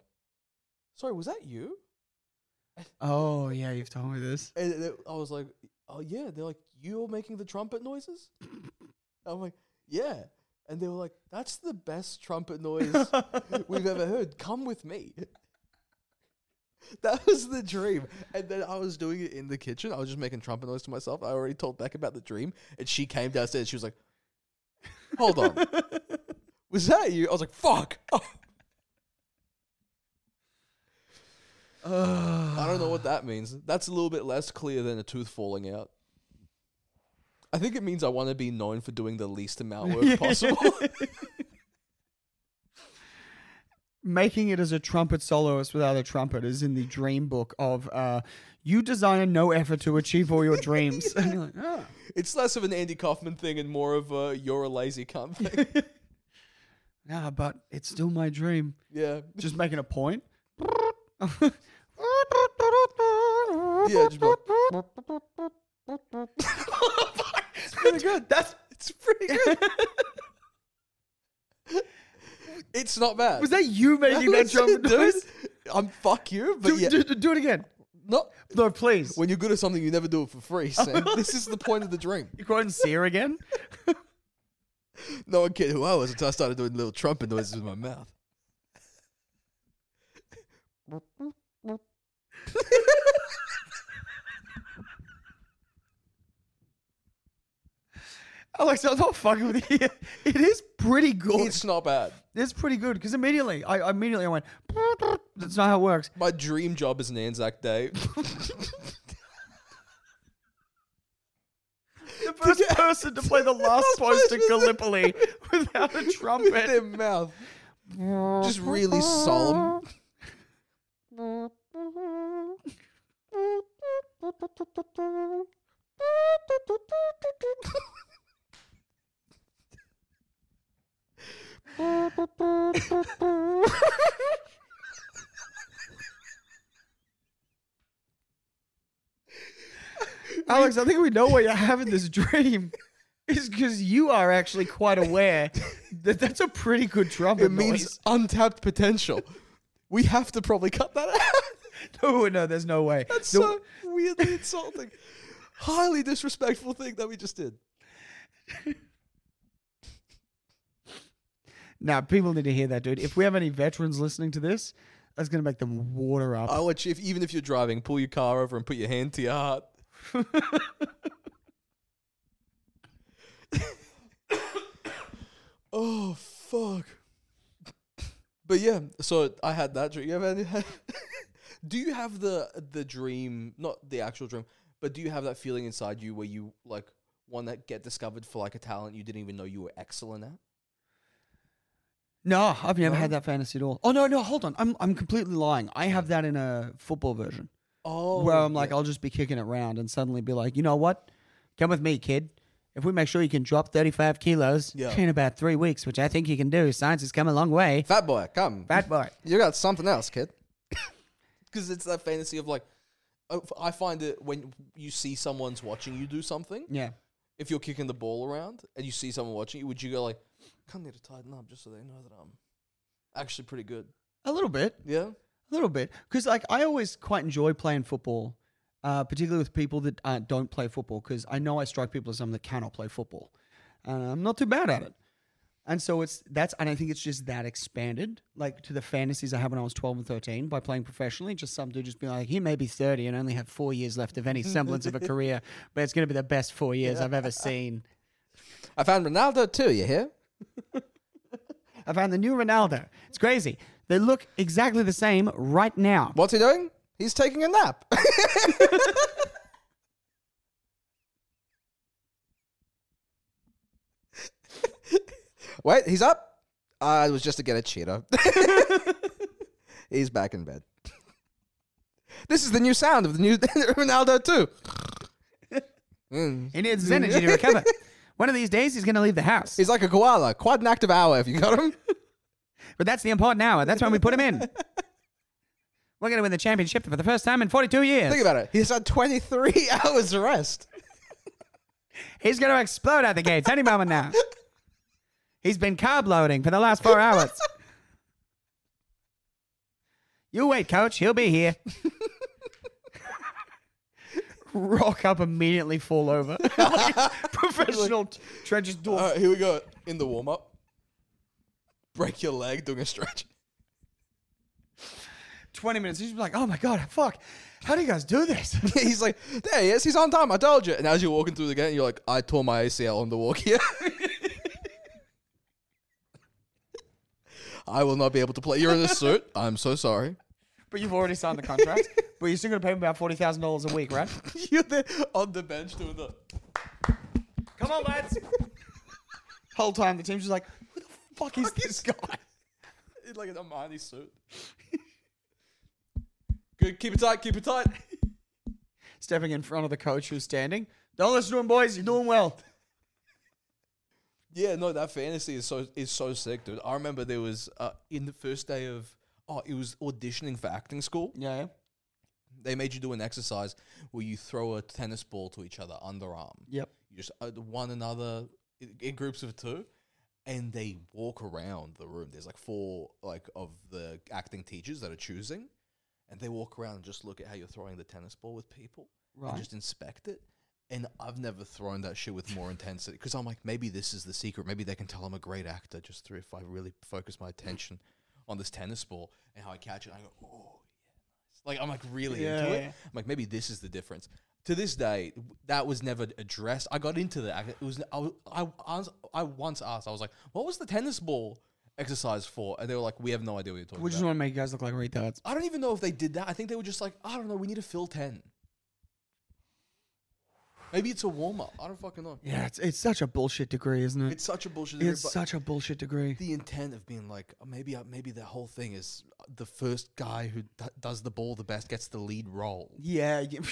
Speaker 1: "Sorry, was that you?"
Speaker 2: oh yeah, you've told me this.
Speaker 1: And they- I was like, "Oh yeah." They're like, "You're making the trumpet noises." I'm like, "Yeah," and they were like, "That's the best trumpet noise we've ever heard. Come with me." That was the dream, and then I was doing it in the kitchen. I was just making trumpet noise to myself. I already told Beck about the dream, and she came downstairs. She was like, "Hold on, was that you?" I was like, "Fuck." I don't know what that means. That's a little bit less clear than a tooth falling out. I think it means I want to be known for doing the least amount work possible.
Speaker 2: making it as a trumpet soloist without a trumpet is in the dream book of uh, you design a no effort to achieve all your dreams. And you're like, "Ah."
Speaker 1: it's less of an Andy Kaufman thing and more of a you're a lazy cunt thing.
Speaker 2: Nah, but it's still my dream.
Speaker 1: Yeah.
Speaker 2: Just making a point.
Speaker 1: Yeah, just be like-
Speaker 2: it's pretty good. That's
Speaker 1: It's pretty good. it's not bad.
Speaker 2: was that you making that
Speaker 1: That's it,
Speaker 2: jump?
Speaker 1: dude. I'm fuck you, but
Speaker 2: Do,
Speaker 1: yeah,
Speaker 2: do, do it again.
Speaker 1: no.
Speaker 2: No, please.
Speaker 1: When you're good at something, you never do it for free. Sam. this is the point of the dream.
Speaker 2: You quoting Sear again?
Speaker 1: No one cared who I was until I started doing little trumpet noises with my mouth.
Speaker 2: Alex, I'm not fucking with you. It is pretty good. It's,
Speaker 1: It's not bad.
Speaker 2: pretty good because immediately, I I immediately I went. That's not how it works.
Speaker 1: My dream job is an Anzac Day.
Speaker 2: The first person to play the last post in Gallipoli without a
Speaker 1: with
Speaker 2: trumpet.
Speaker 1: their mouth. Just really solemn.
Speaker 2: Alex, I think we know why you're having this dream. Is because you are actually quite aware that that's a pretty good trumpet
Speaker 1: It means
Speaker 2: noise.
Speaker 1: untapped potential. We have to probably cut that out.
Speaker 2: No, no, there's no way.
Speaker 1: That's
Speaker 2: The-
Speaker 1: so weirdly insulting. Highly disrespectful thing that we just did.
Speaker 2: Nah, people need to hear that, dude. If we have any veterans listening to this, that's gonna make them water up.
Speaker 1: I want you, if, even if you're driving, pull your car over and put your hand to your heart. oh, fuck. But yeah, so I had that dream. You have any, do you have the the dream, not the actual dream, but do you have that feeling inside you where you like want to get discovered for like a talent you didn't even know you were excellent at?
Speaker 2: No, I've never
Speaker 1: No?
Speaker 2: had that fantasy at all. Oh no, no, hold on. I'm I'm completely lying. I have that in a football version
Speaker 1: Oh,
Speaker 2: where I'm like,
Speaker 1: yeah.
Speaker 2: I'll just be kicking it round and suddenly be like, you know what? Come with me, kid. If we make sure you can drop 35 kilos
Speaker 1: Yeah.
Speaker 2: in about three weeks, which I think you can do, science has come a long way.
Speaker 1: fat boy, come,
Speaker 2: Bad boy.
Speaker 1: You got something else, kid. Because it's that fantasy of like, I- I find it when you see someone's watching you do something.
Speaker 2: Yeah.
Speaker 1: If you're kicking the ball around and you see someone watching you, would you go like, "I need to tighten up just so they know that I'm actually pretty good"?
Speaker 2: A little bit.
Speaker 1: Yeah,
Speaker 2: A little bit, because like I always quite enjoy playing football, uh, particularly with people that uh, don't play football, because I know I strike people as someone that cannot play football, and I'm not too bad at it. And so it's that's, and I think it's just that expanded, like to the fantasies I had when I was 12 and 13 by playing professionally. Just some dude just being like, he may be 30 and only have four years left of any semblance of a career, but it's going to be the best four years I've ever seen.
Speaker 1: I found Ronaldo too. You hear?
Speaker 2: I found the new Ronaldo. It's crazy. They look exactly the same right now.
Speaker 1: What's he doing? He's taking a nap. Wait, he's up. Uh, it was just to get a cheater. he's back in bed. This is the new sound of the new Ronaldo too.
Speaker 2: He needs his energy to recover. One of these days, he's going to leave the house.
Speaker 1: He's like a koala, quite an active hour if you got him.
Speaker 2: But that's the important hour. That's when we put him in. We're going to win the championship for the first time in 42 years.
Speaker 1: Think about it. He's had 23 hours rest.
Speaker 2: He's going to explode out the gates any moment now. He's been carb loading for the last four hours. You wait, coach. He'll be here. Rock up immediately, fall over. Like professional trenches door.
Speaker 1: All right, here we go. In the warm up, break your leg doing a stretch.
Speaker 2: 20 minutes. He's like, oh my God, fuck. How do you guys do this?
Speaker 1: He's like, there he is. He's on time. I told you. And as you're walking through the gate, you're like, I tore my ACL on the walk here. I will not be able to play. You're in a suit. I'm so sorry.
Speaker 2: But you've already signed the contract. but you're still going to pay him about forty thousand dollars a week, right?
Speaker 1: You're there on the bench doing the.
Speaker 2: Come on, lads. Whole time the team's just like, who the fuck is this guy?
Speaker 1: in like an Armani suit. Good. Keep it tight. Keep it tight.
Speaker 2: Stepping in front of the coach who's standing. Don't listen to him, boys. You're doing well.
Speaker 1: Yeah, no, that fantasy is so is so sick, dude. I remember there was uh, in the first day of oh, it was auditioning for acting school.
Speaker 2: Yeah.
Speaker 1: They made you do an exercise where you throw a tennis ball to each other underarm.
Speaker 2: Yep.
Speaker 1: You just uh, one another in, in groups of two, and they walk around the room. There's like four like of the acting teachers that are choosing, and they walk around and just look at how you're throwing the tennis ball with people
Speaker 2: Right.
Speaker 1: and just inspect it. And I've never thrown that shit with more intensity because I'm like, maybe this is the secret. Maybe they can tell I'm a great actor just through if I really focus my attention on this tennis ball and how I catch it. I go, oh, yeah, nice. Like, I'm like really
Speaker 2: Yeah,
Speaker 1: into it.
Speaker 2: yeah.
Speaker 1: I'm like, maybe this is the difference. To this day, w- that was never addressed. I got into that. It was I, was- I, ans- I once asked, I was like, what was the tennis ball exercise for? And they were like, we have no idea what you're talking
Speaker 2: we
Speaker 1: about.
Speaker 2: just want to make you guys look like retards.
Speaker 1: I don't even know if they did that. I think they were just like, I don't know, we need to fill 10. Maybe it's a warm up. I don't fucking know.
Speaker 2: Yeah, it's it's such a bullshit degree, isn't it?
Speaker 1: It's such a bullshit. theory,
Speaker 2: It's,
Speaker 1: but
Speaker 2: such a bullshit degree.
Speaker 1: the intent of being like, oh, maybe I- maybe the whole thing is uh, the first guy who d- does the ball the best gets the lead role.
Speaker 2: Yeah. you-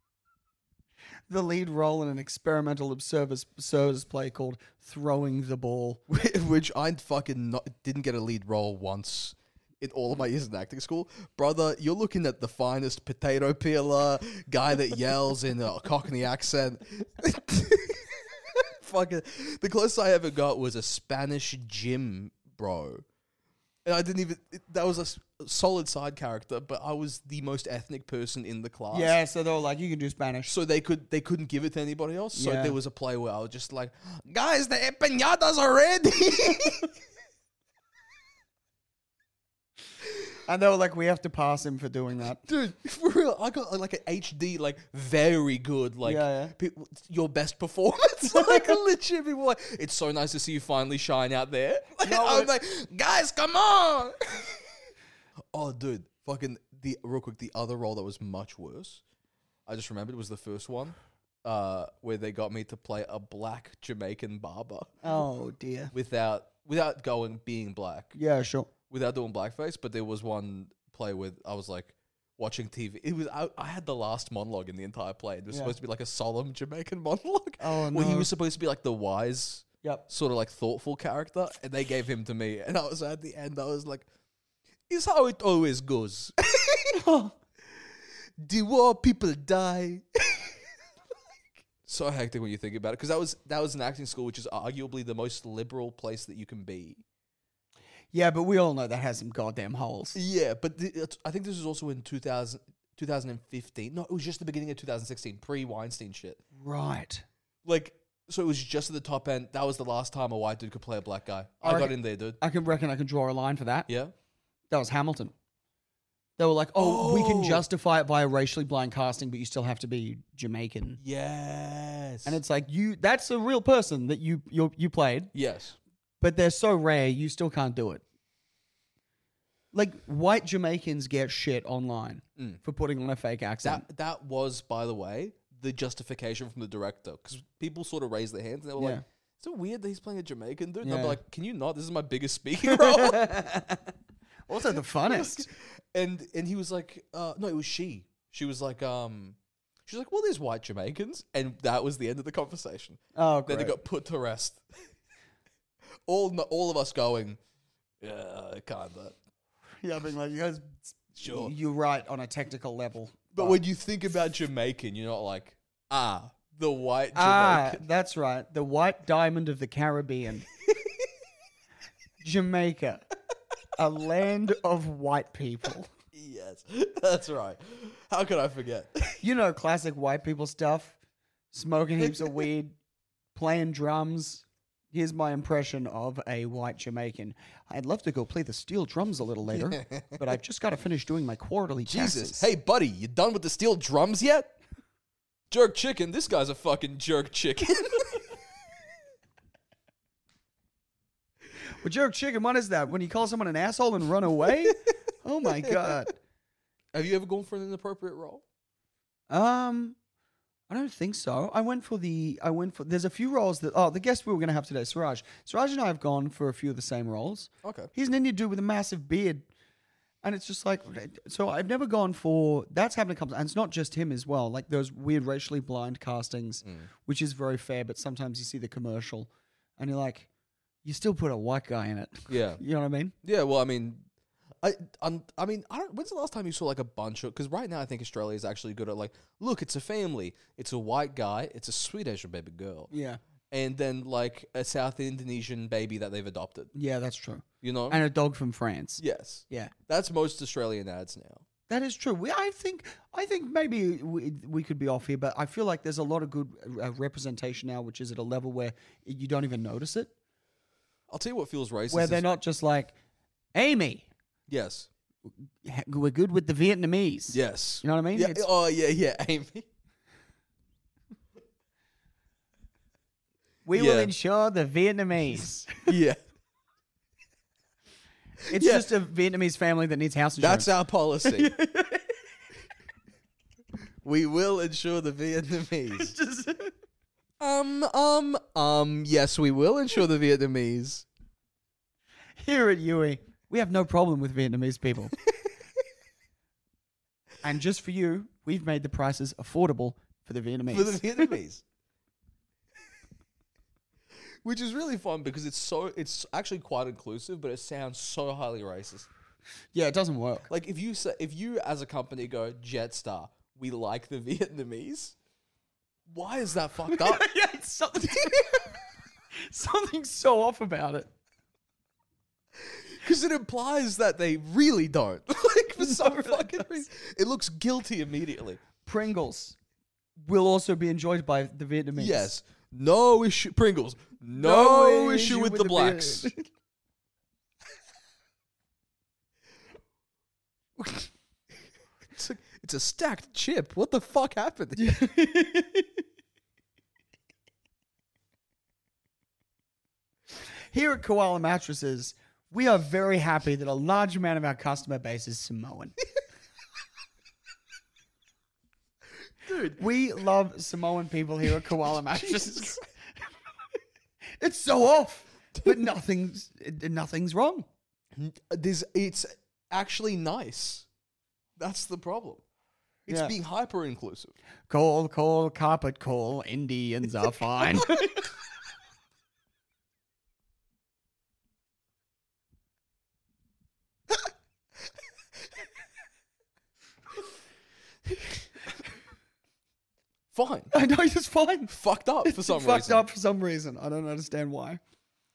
Speaker 2: the lead role in an experimental observers service play called "Throwing the Ball."
Speaker 1: Which I fucking not, didn't get a lead role once in all of my years in acting school. Brother, you're looking at the finest potato peeler, guy that yells in a Cockney accent. fucking, the closest I ever got was a Spanish gym bro. And I didn't even, it- that was a s- solid side character, but I was the most ethnic person in the class.
Speaker 2: Yeah, so they were like, "You can do Spanish."
Speaker 1: So they could they couldn't give it to anybody else. So
Speaker 2: Yeah.
Speaker 1: there was a play where I was just like, guys, the empanadas are ready.
Speaker 2: And they were like, "We have to pass him for doing that."
Speaker 1: dude for real i got uh, like an hd like very good like
Speaker 2: Yeah, yeah.
Speaker 1: pe- your best performance like literally people were like it's so nice to see you finally shine out there
Speaker 2: No,
Speaker 1: i'm
Speaker 2: it-
Speaker 1: like guys come on oh dude fucking the real quick the other role that was much worse i just remembered was the first one uh, where they got me to play a black jamaican barber
Speaker 2: Oh dear.
Speaker 1: without without going being black
Speaker 2: Yeah, sure.
Speaker 1: without doing blackface, but there was one play with I was like watching TV. It was I, I had the last monologue in the entire play. It was
Speaker 2: Yeah.
Speaker 1: supposed to be like a solemn Jamaican monologue.
Speaker 2: Oh,
Speaker 1: Where he
Speaker 2: no.
Speaker 1: was supposed to be like the wise,
Speaker 2: Yep.
Speaker 1: sort of like thoughtful character, and they gave him to me. And I was at the end, I was like, "Is how it always goes. the war people die." So hectic when you think about it, because that was that was an acting school, which is arguably the most liberal place that you can be.
Speaker 2: Yeah, but we all know that has some goddamn holes.
Speaker 1: Yeah, but th- it's- I think this was also in 2000, 2015. No, it was just the beginning of 2016, pre Weinstein shit.
Speaker 2: Right.
Speaker 1: Like, so it was just at the top end. That was the last time a white dude could play a black guy. I,
Speaker 2: I
Speaker 1: got
Speaker 2: reckon-
Speaker 1: in there, dude.
Speaker 2: I can reckon I can draw a line for that.
Speaker 1: Yeah.
Speaker 2: That was Hamilton. They were like, oh, we can
Speaker 1: Oh.
Speaker 2: justify it via racially blind casting, but you still have to be Jamaican.
Speaker 1: Yes.
Speaker 2: And it's like you that's a real person that you you you played,
Speaker 1: yes.
Speaker 2: but they're so rare you still can't do it. Like white Jamaicans get shit online
Speaker 1: Mm.
Speaker 2: for putting on a fake accent.
Speaker 1: That that was, by the way, the justification from the director because people sort of raised their hands and they were
Speaker 2: Yeah.
Speaker 1: like, "Is it weird that he's playing a Jamaican dude?" And
Speaker 2: Yeah.
Speaker 1: I'm like, "Can you not? This is my biggest speaking role."
Speaker 2: also the funnest.
Speaker 1: and and he was like, uh, no, it was she. She was like, um, she was like, well, there's white Jamaicans, and that was the end of the conversation.
Speaker 2: Oh
Speaker 1: Then
Speaker 2: great.
Speaker 1: they got put to rest. all n- all of us going, yeah, kinda.
Speaker 2: yeah, being like, you guys
Speaker 1: Sure.
Speaker 2: you're right on a technical level.
Speaker 1: But when you think about Jamaican, you're not like, ah, the white
Speaker 2: Ah,
Speaker 1: Jamaican.
Speaker 2: that's right. The white diamond of the Caribbean. Jamaica. A land of white people.
Speaker 1: Yes, that's right. How could I forget?
Speaker 2: You know, classic white people stuff. Smoking heaps of weed, playing drums. Here's my impression of a white Jamaican. I'd love to go play the steel drums a little later, but I've just got to finish doing my quarterly
Speaker 1: Jesus,
Speaker 2: taxes.
Speaker 1: hey buddy, you done with the steel drums yet? Jerk chicken. This guy's a fucking jerk chicken.
Speaker 2: Well, jerk chicken, what is that? When you call someone an asshole and run away? oh my god.
Speaker 1: Have you ever gone for an inappropriate role?
Speaker 2: Um, I don't think so. I went for the. I went for. There's a few roles that. Oh, the guest we were going to have today, Siraj. Siraj and I have gone for a few of the same roles.
Speaker 1: Okay.
Speaker 2: He's an Indian dude with a massive beard, and it's just like. So I've never gone for. That's happened a couple, and it's not just him as well. Like those weird racially blind castings, which is very fair, but sometimes you see the commercial, and you're like, you still put a white guy in it.
Speaker 1: Yeah.
Speaker 2: you know what I mean?
Speaker 1: Yeah, well, I mean, I i I mean, I don't. When's the last time you saw like a bunch of? Because right now, I think Australia is actually good at like, look, it's a family. It's a white guy. It's a sweet Asian baby girl,
Speaker 2: Yeah.
Speaker 1: and then like a South Indonesian baby that they've adopted.
Speaker 2: Yeah, that's true.
Speaker 1: You know?
Speaker 2: And a dog from France.
Speaker 1: yes,
Speaker 2: Yeah.
Speaker 1: that's most Australian ads now.
Speaker 2: That is true. We, I think, I think maybe we, we could be off here, but I feel like there's a lot of good uh, representation now, which is at a level where you don't even notice it.
Speaker 1: I'll tell you what feels racist.
Speaker 2: Where
Speaker 1: is-
Speaker 2: they're not just like, Amy,
Speaker 1: yes,
Speaker 2: ha- we're good with the Vietnamese.
Speaker 1: yes.
Speaker 2: You know what I mean?
Speaker 1: Yeah,
Speaker 2: It's-
Speaker 1: oh yeah, yeah, Amy.
Speaker 2: we will
Speaker 1: yeah.
Speaker 2: ensure the Vietnamese.
Speaker 1: yeah,
Speaker 2: it's
Speaker 1: Yeah.
Speaker 2: just a Vietnamese family that needs house insurance.
Speaker 1: that's our policy. we will ensure the Vietnamese.
Speaker 2: just
Speaker 1: Um, um, um, yes, we will ensure the Vietnamese.
Speaker 2: here at Yui. We have no problem with Vietnamese people. and just for you, we've made the prices affordable for the Vietnamese.
Speaker 1: For the Vietnamese. Which is really fun because it's so, it's actually quite inclusive, but it sounds so highly racist.
Speaker 2: yeah, it doesn't work.
Speaker 1: Like if you say, if you as a company go, Jetstar, we like the Vietnamese, why is that fucked up?
Speaker 2: yeah, it's something, something's so off about it.
Speaker 1: Because it implies that they really don't. like for some fucking reason. It looks guilty immediately.
Speaker 2: Pringles will also be enjoyed by the Vietnamese.
Speaker 1: Yes. No issue. Pringles. No, issue, with, the, blacks.
Speaker 2: Viet-
Speaker 1: It's a, it's a stacked chip. What the fuck happened?
Speaker 2: Here at Koala Mattresses, we are very happy that a large amount of our customer base is Samoan.
Speaker 1: Dude.
Speaker 2: We love Samoan people here at Koala Mattresses. it's so off, but nothing's nothing's wrong.
Speaker 1: This it's actually nice. That's the problem. It's
Speaker 2: Yeah.
Speaker 1: being hyper inclusive.
Speaker 2: Call, call, carpet, call. Indians are fine.
Speaker 1: Fine.
Speaker 2: I know it's fine.
Speaker 1: fucked up for some
Speaker 2: fucked
Speaker 1: reason.
Speaker 2: up for some reason. I don't understand why.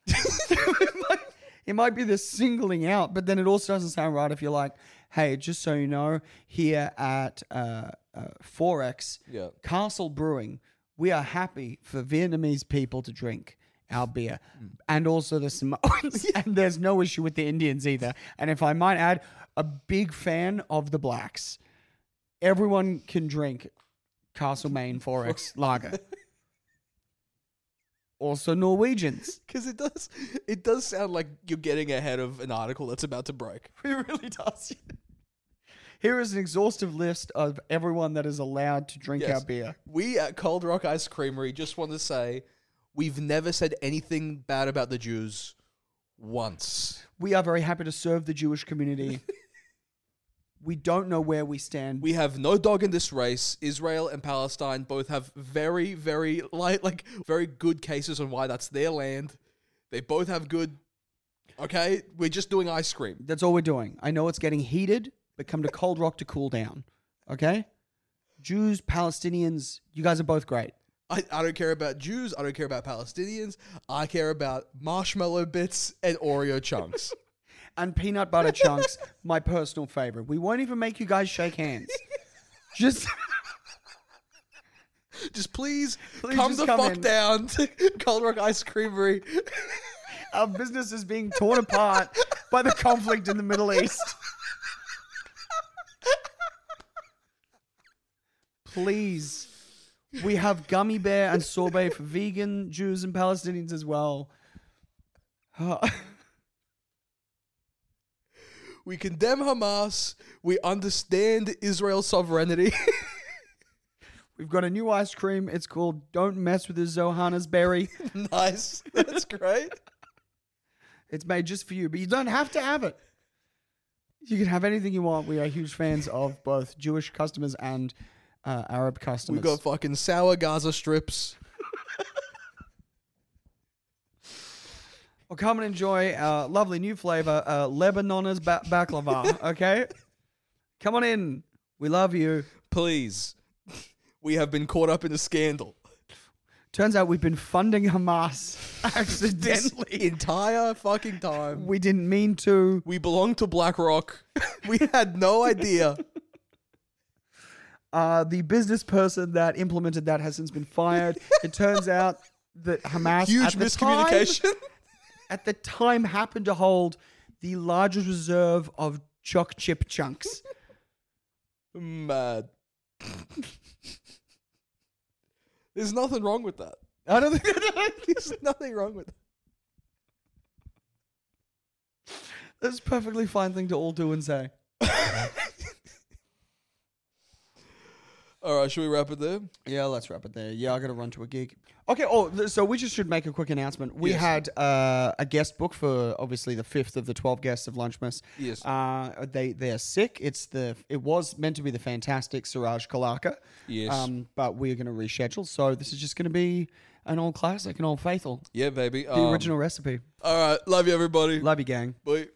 Speaker 2: it, might, it might be this singling out, but then it also doesn't sound right if you're like, hey, just so you know, here at uh, uh, Forex
Speaker 1: Yeah.
Speaker 2: Castle Brewing, we are happy for Vietnamese people to drink our beer and also the Samoans. and there's no issue with the Indians either. And if I might add, a big fan of the blacks. Everyone can drink Castle Maine Forex lager. Also, Norwegians.
Speaker 1: Because it does it does sound like you're getting ahead of an article that's about to break.
Speaker 2: It really does. Here is an exhaustive list of everyone that is allowed to drink
Speaker 1: Yes.
Speaker 2: our beer.
Speaker 1: We at Cold Rock Ice Creamery just want to say we've never said anything bad about the Jews once.
Speaker 2: We are very happy to serve the Jewish community. we don't know where we stand.
Speaker 1: We have no dog in this race. Israel and Palestine both have very, very light, like very good cases on why that's their land. They both have good. Okay, we're just doing ice cream.
Speaker 2: That's all we're doing. I know it's getting heated, but come to Cold Rock to cool down. Okay? Jews, Palestinians, you guys are both great.
Speaker 1: I, I don't care about Jews. I don't care about Palestinians. I care about marshmallow bits and Oreo chunks.
Speaker 2: And peanut butter chunks, my personal favorite. We won't even make you guys shake hands. Just
Speaker 1: just please,
Speaker 2: Please
Speaker 1: come
Speaker 2: just
Speaker 1: the
Speaker 2: come
Speaker 1: fuck
Speaker 2: in.
Speaker 1: down to Cold Rock Ice Creamery.
Speaker 2: our business is being torn apart by the conflict in the Middle East. Please. We have gummy bear and sorbet for vegan Jews and Palestinians as well. Uh,
Speaker 1: We condemn Hamas. We understand Israel's sovereignty.
Speaker 2: We've got a new ice cream. It's called Don't Mess with the Zohana's Berry.
Speaker 1: nice. That's great.
Speaker 2: It's made just for you, but you don't have to have it. You can have anything you want. We are huge fans of both Jewish customers and uh, Arab customers.
Speaker 1: We've got fucking sour Gaza strips.
Speaker 2: Well, come and enjoy our lovely new flavor, uh, Lebanon's ba- baklava. Okay, come on in. We love you.
Speaker 1: Please. we have been caught up in a scandal.
Speaker 2: Turns out we've been funding Hamas
Speaker 1: This
Speaker 2: accidentally.
Speaker 1: entire fucking time.
Speaker 2: We didn't mean to.
Speaker 1: We belong to BlackRock. we had no idea.
Speaker 2: Uh, the business person that implemented that has since been fired. It turns out that Hamas
Speaker 1: Huge
Speaker 2: at the
Speaker 1: miscommunication.
Speaker 2: time- at the time happened to hold the largest reserve of choc chip chunks.
Speaker 1: Mad. There's nothing wrong with that.
Speaker 2: I don't think
Speaker 1: There's nothing wrong with that.
Speaker 2: that's a perfectly fine thing to all do and say.
Speaker 1: All right, should we wrap it there?
Speaker 2: Yeah, let's wrap it there. Yeah, I got to run to a gig. Okay. Oh, th- so we just should make a quick announcement. We
Speaker 1: Yes.
Speaker 2: had uh, a guest book for obviously the fifth of the twelve guests of Lunchmas.
Speaker 1: Yes.
Speaker 2: Uh, they they are sick. It's the it was meant to be the fantastic Siraj Kalaka.
Speaker 1: Yes.
Speaker 2: Um, but we're going to reschedule. So this is just going to be an old classic, an old faithful,
Speaker 1: yeah, baby.
Speaker 2: Um, the original recipe.
Speaker 1: All right, love you, everybody.
Speaker 2: Love you, gang.
Speaker 1: Bye.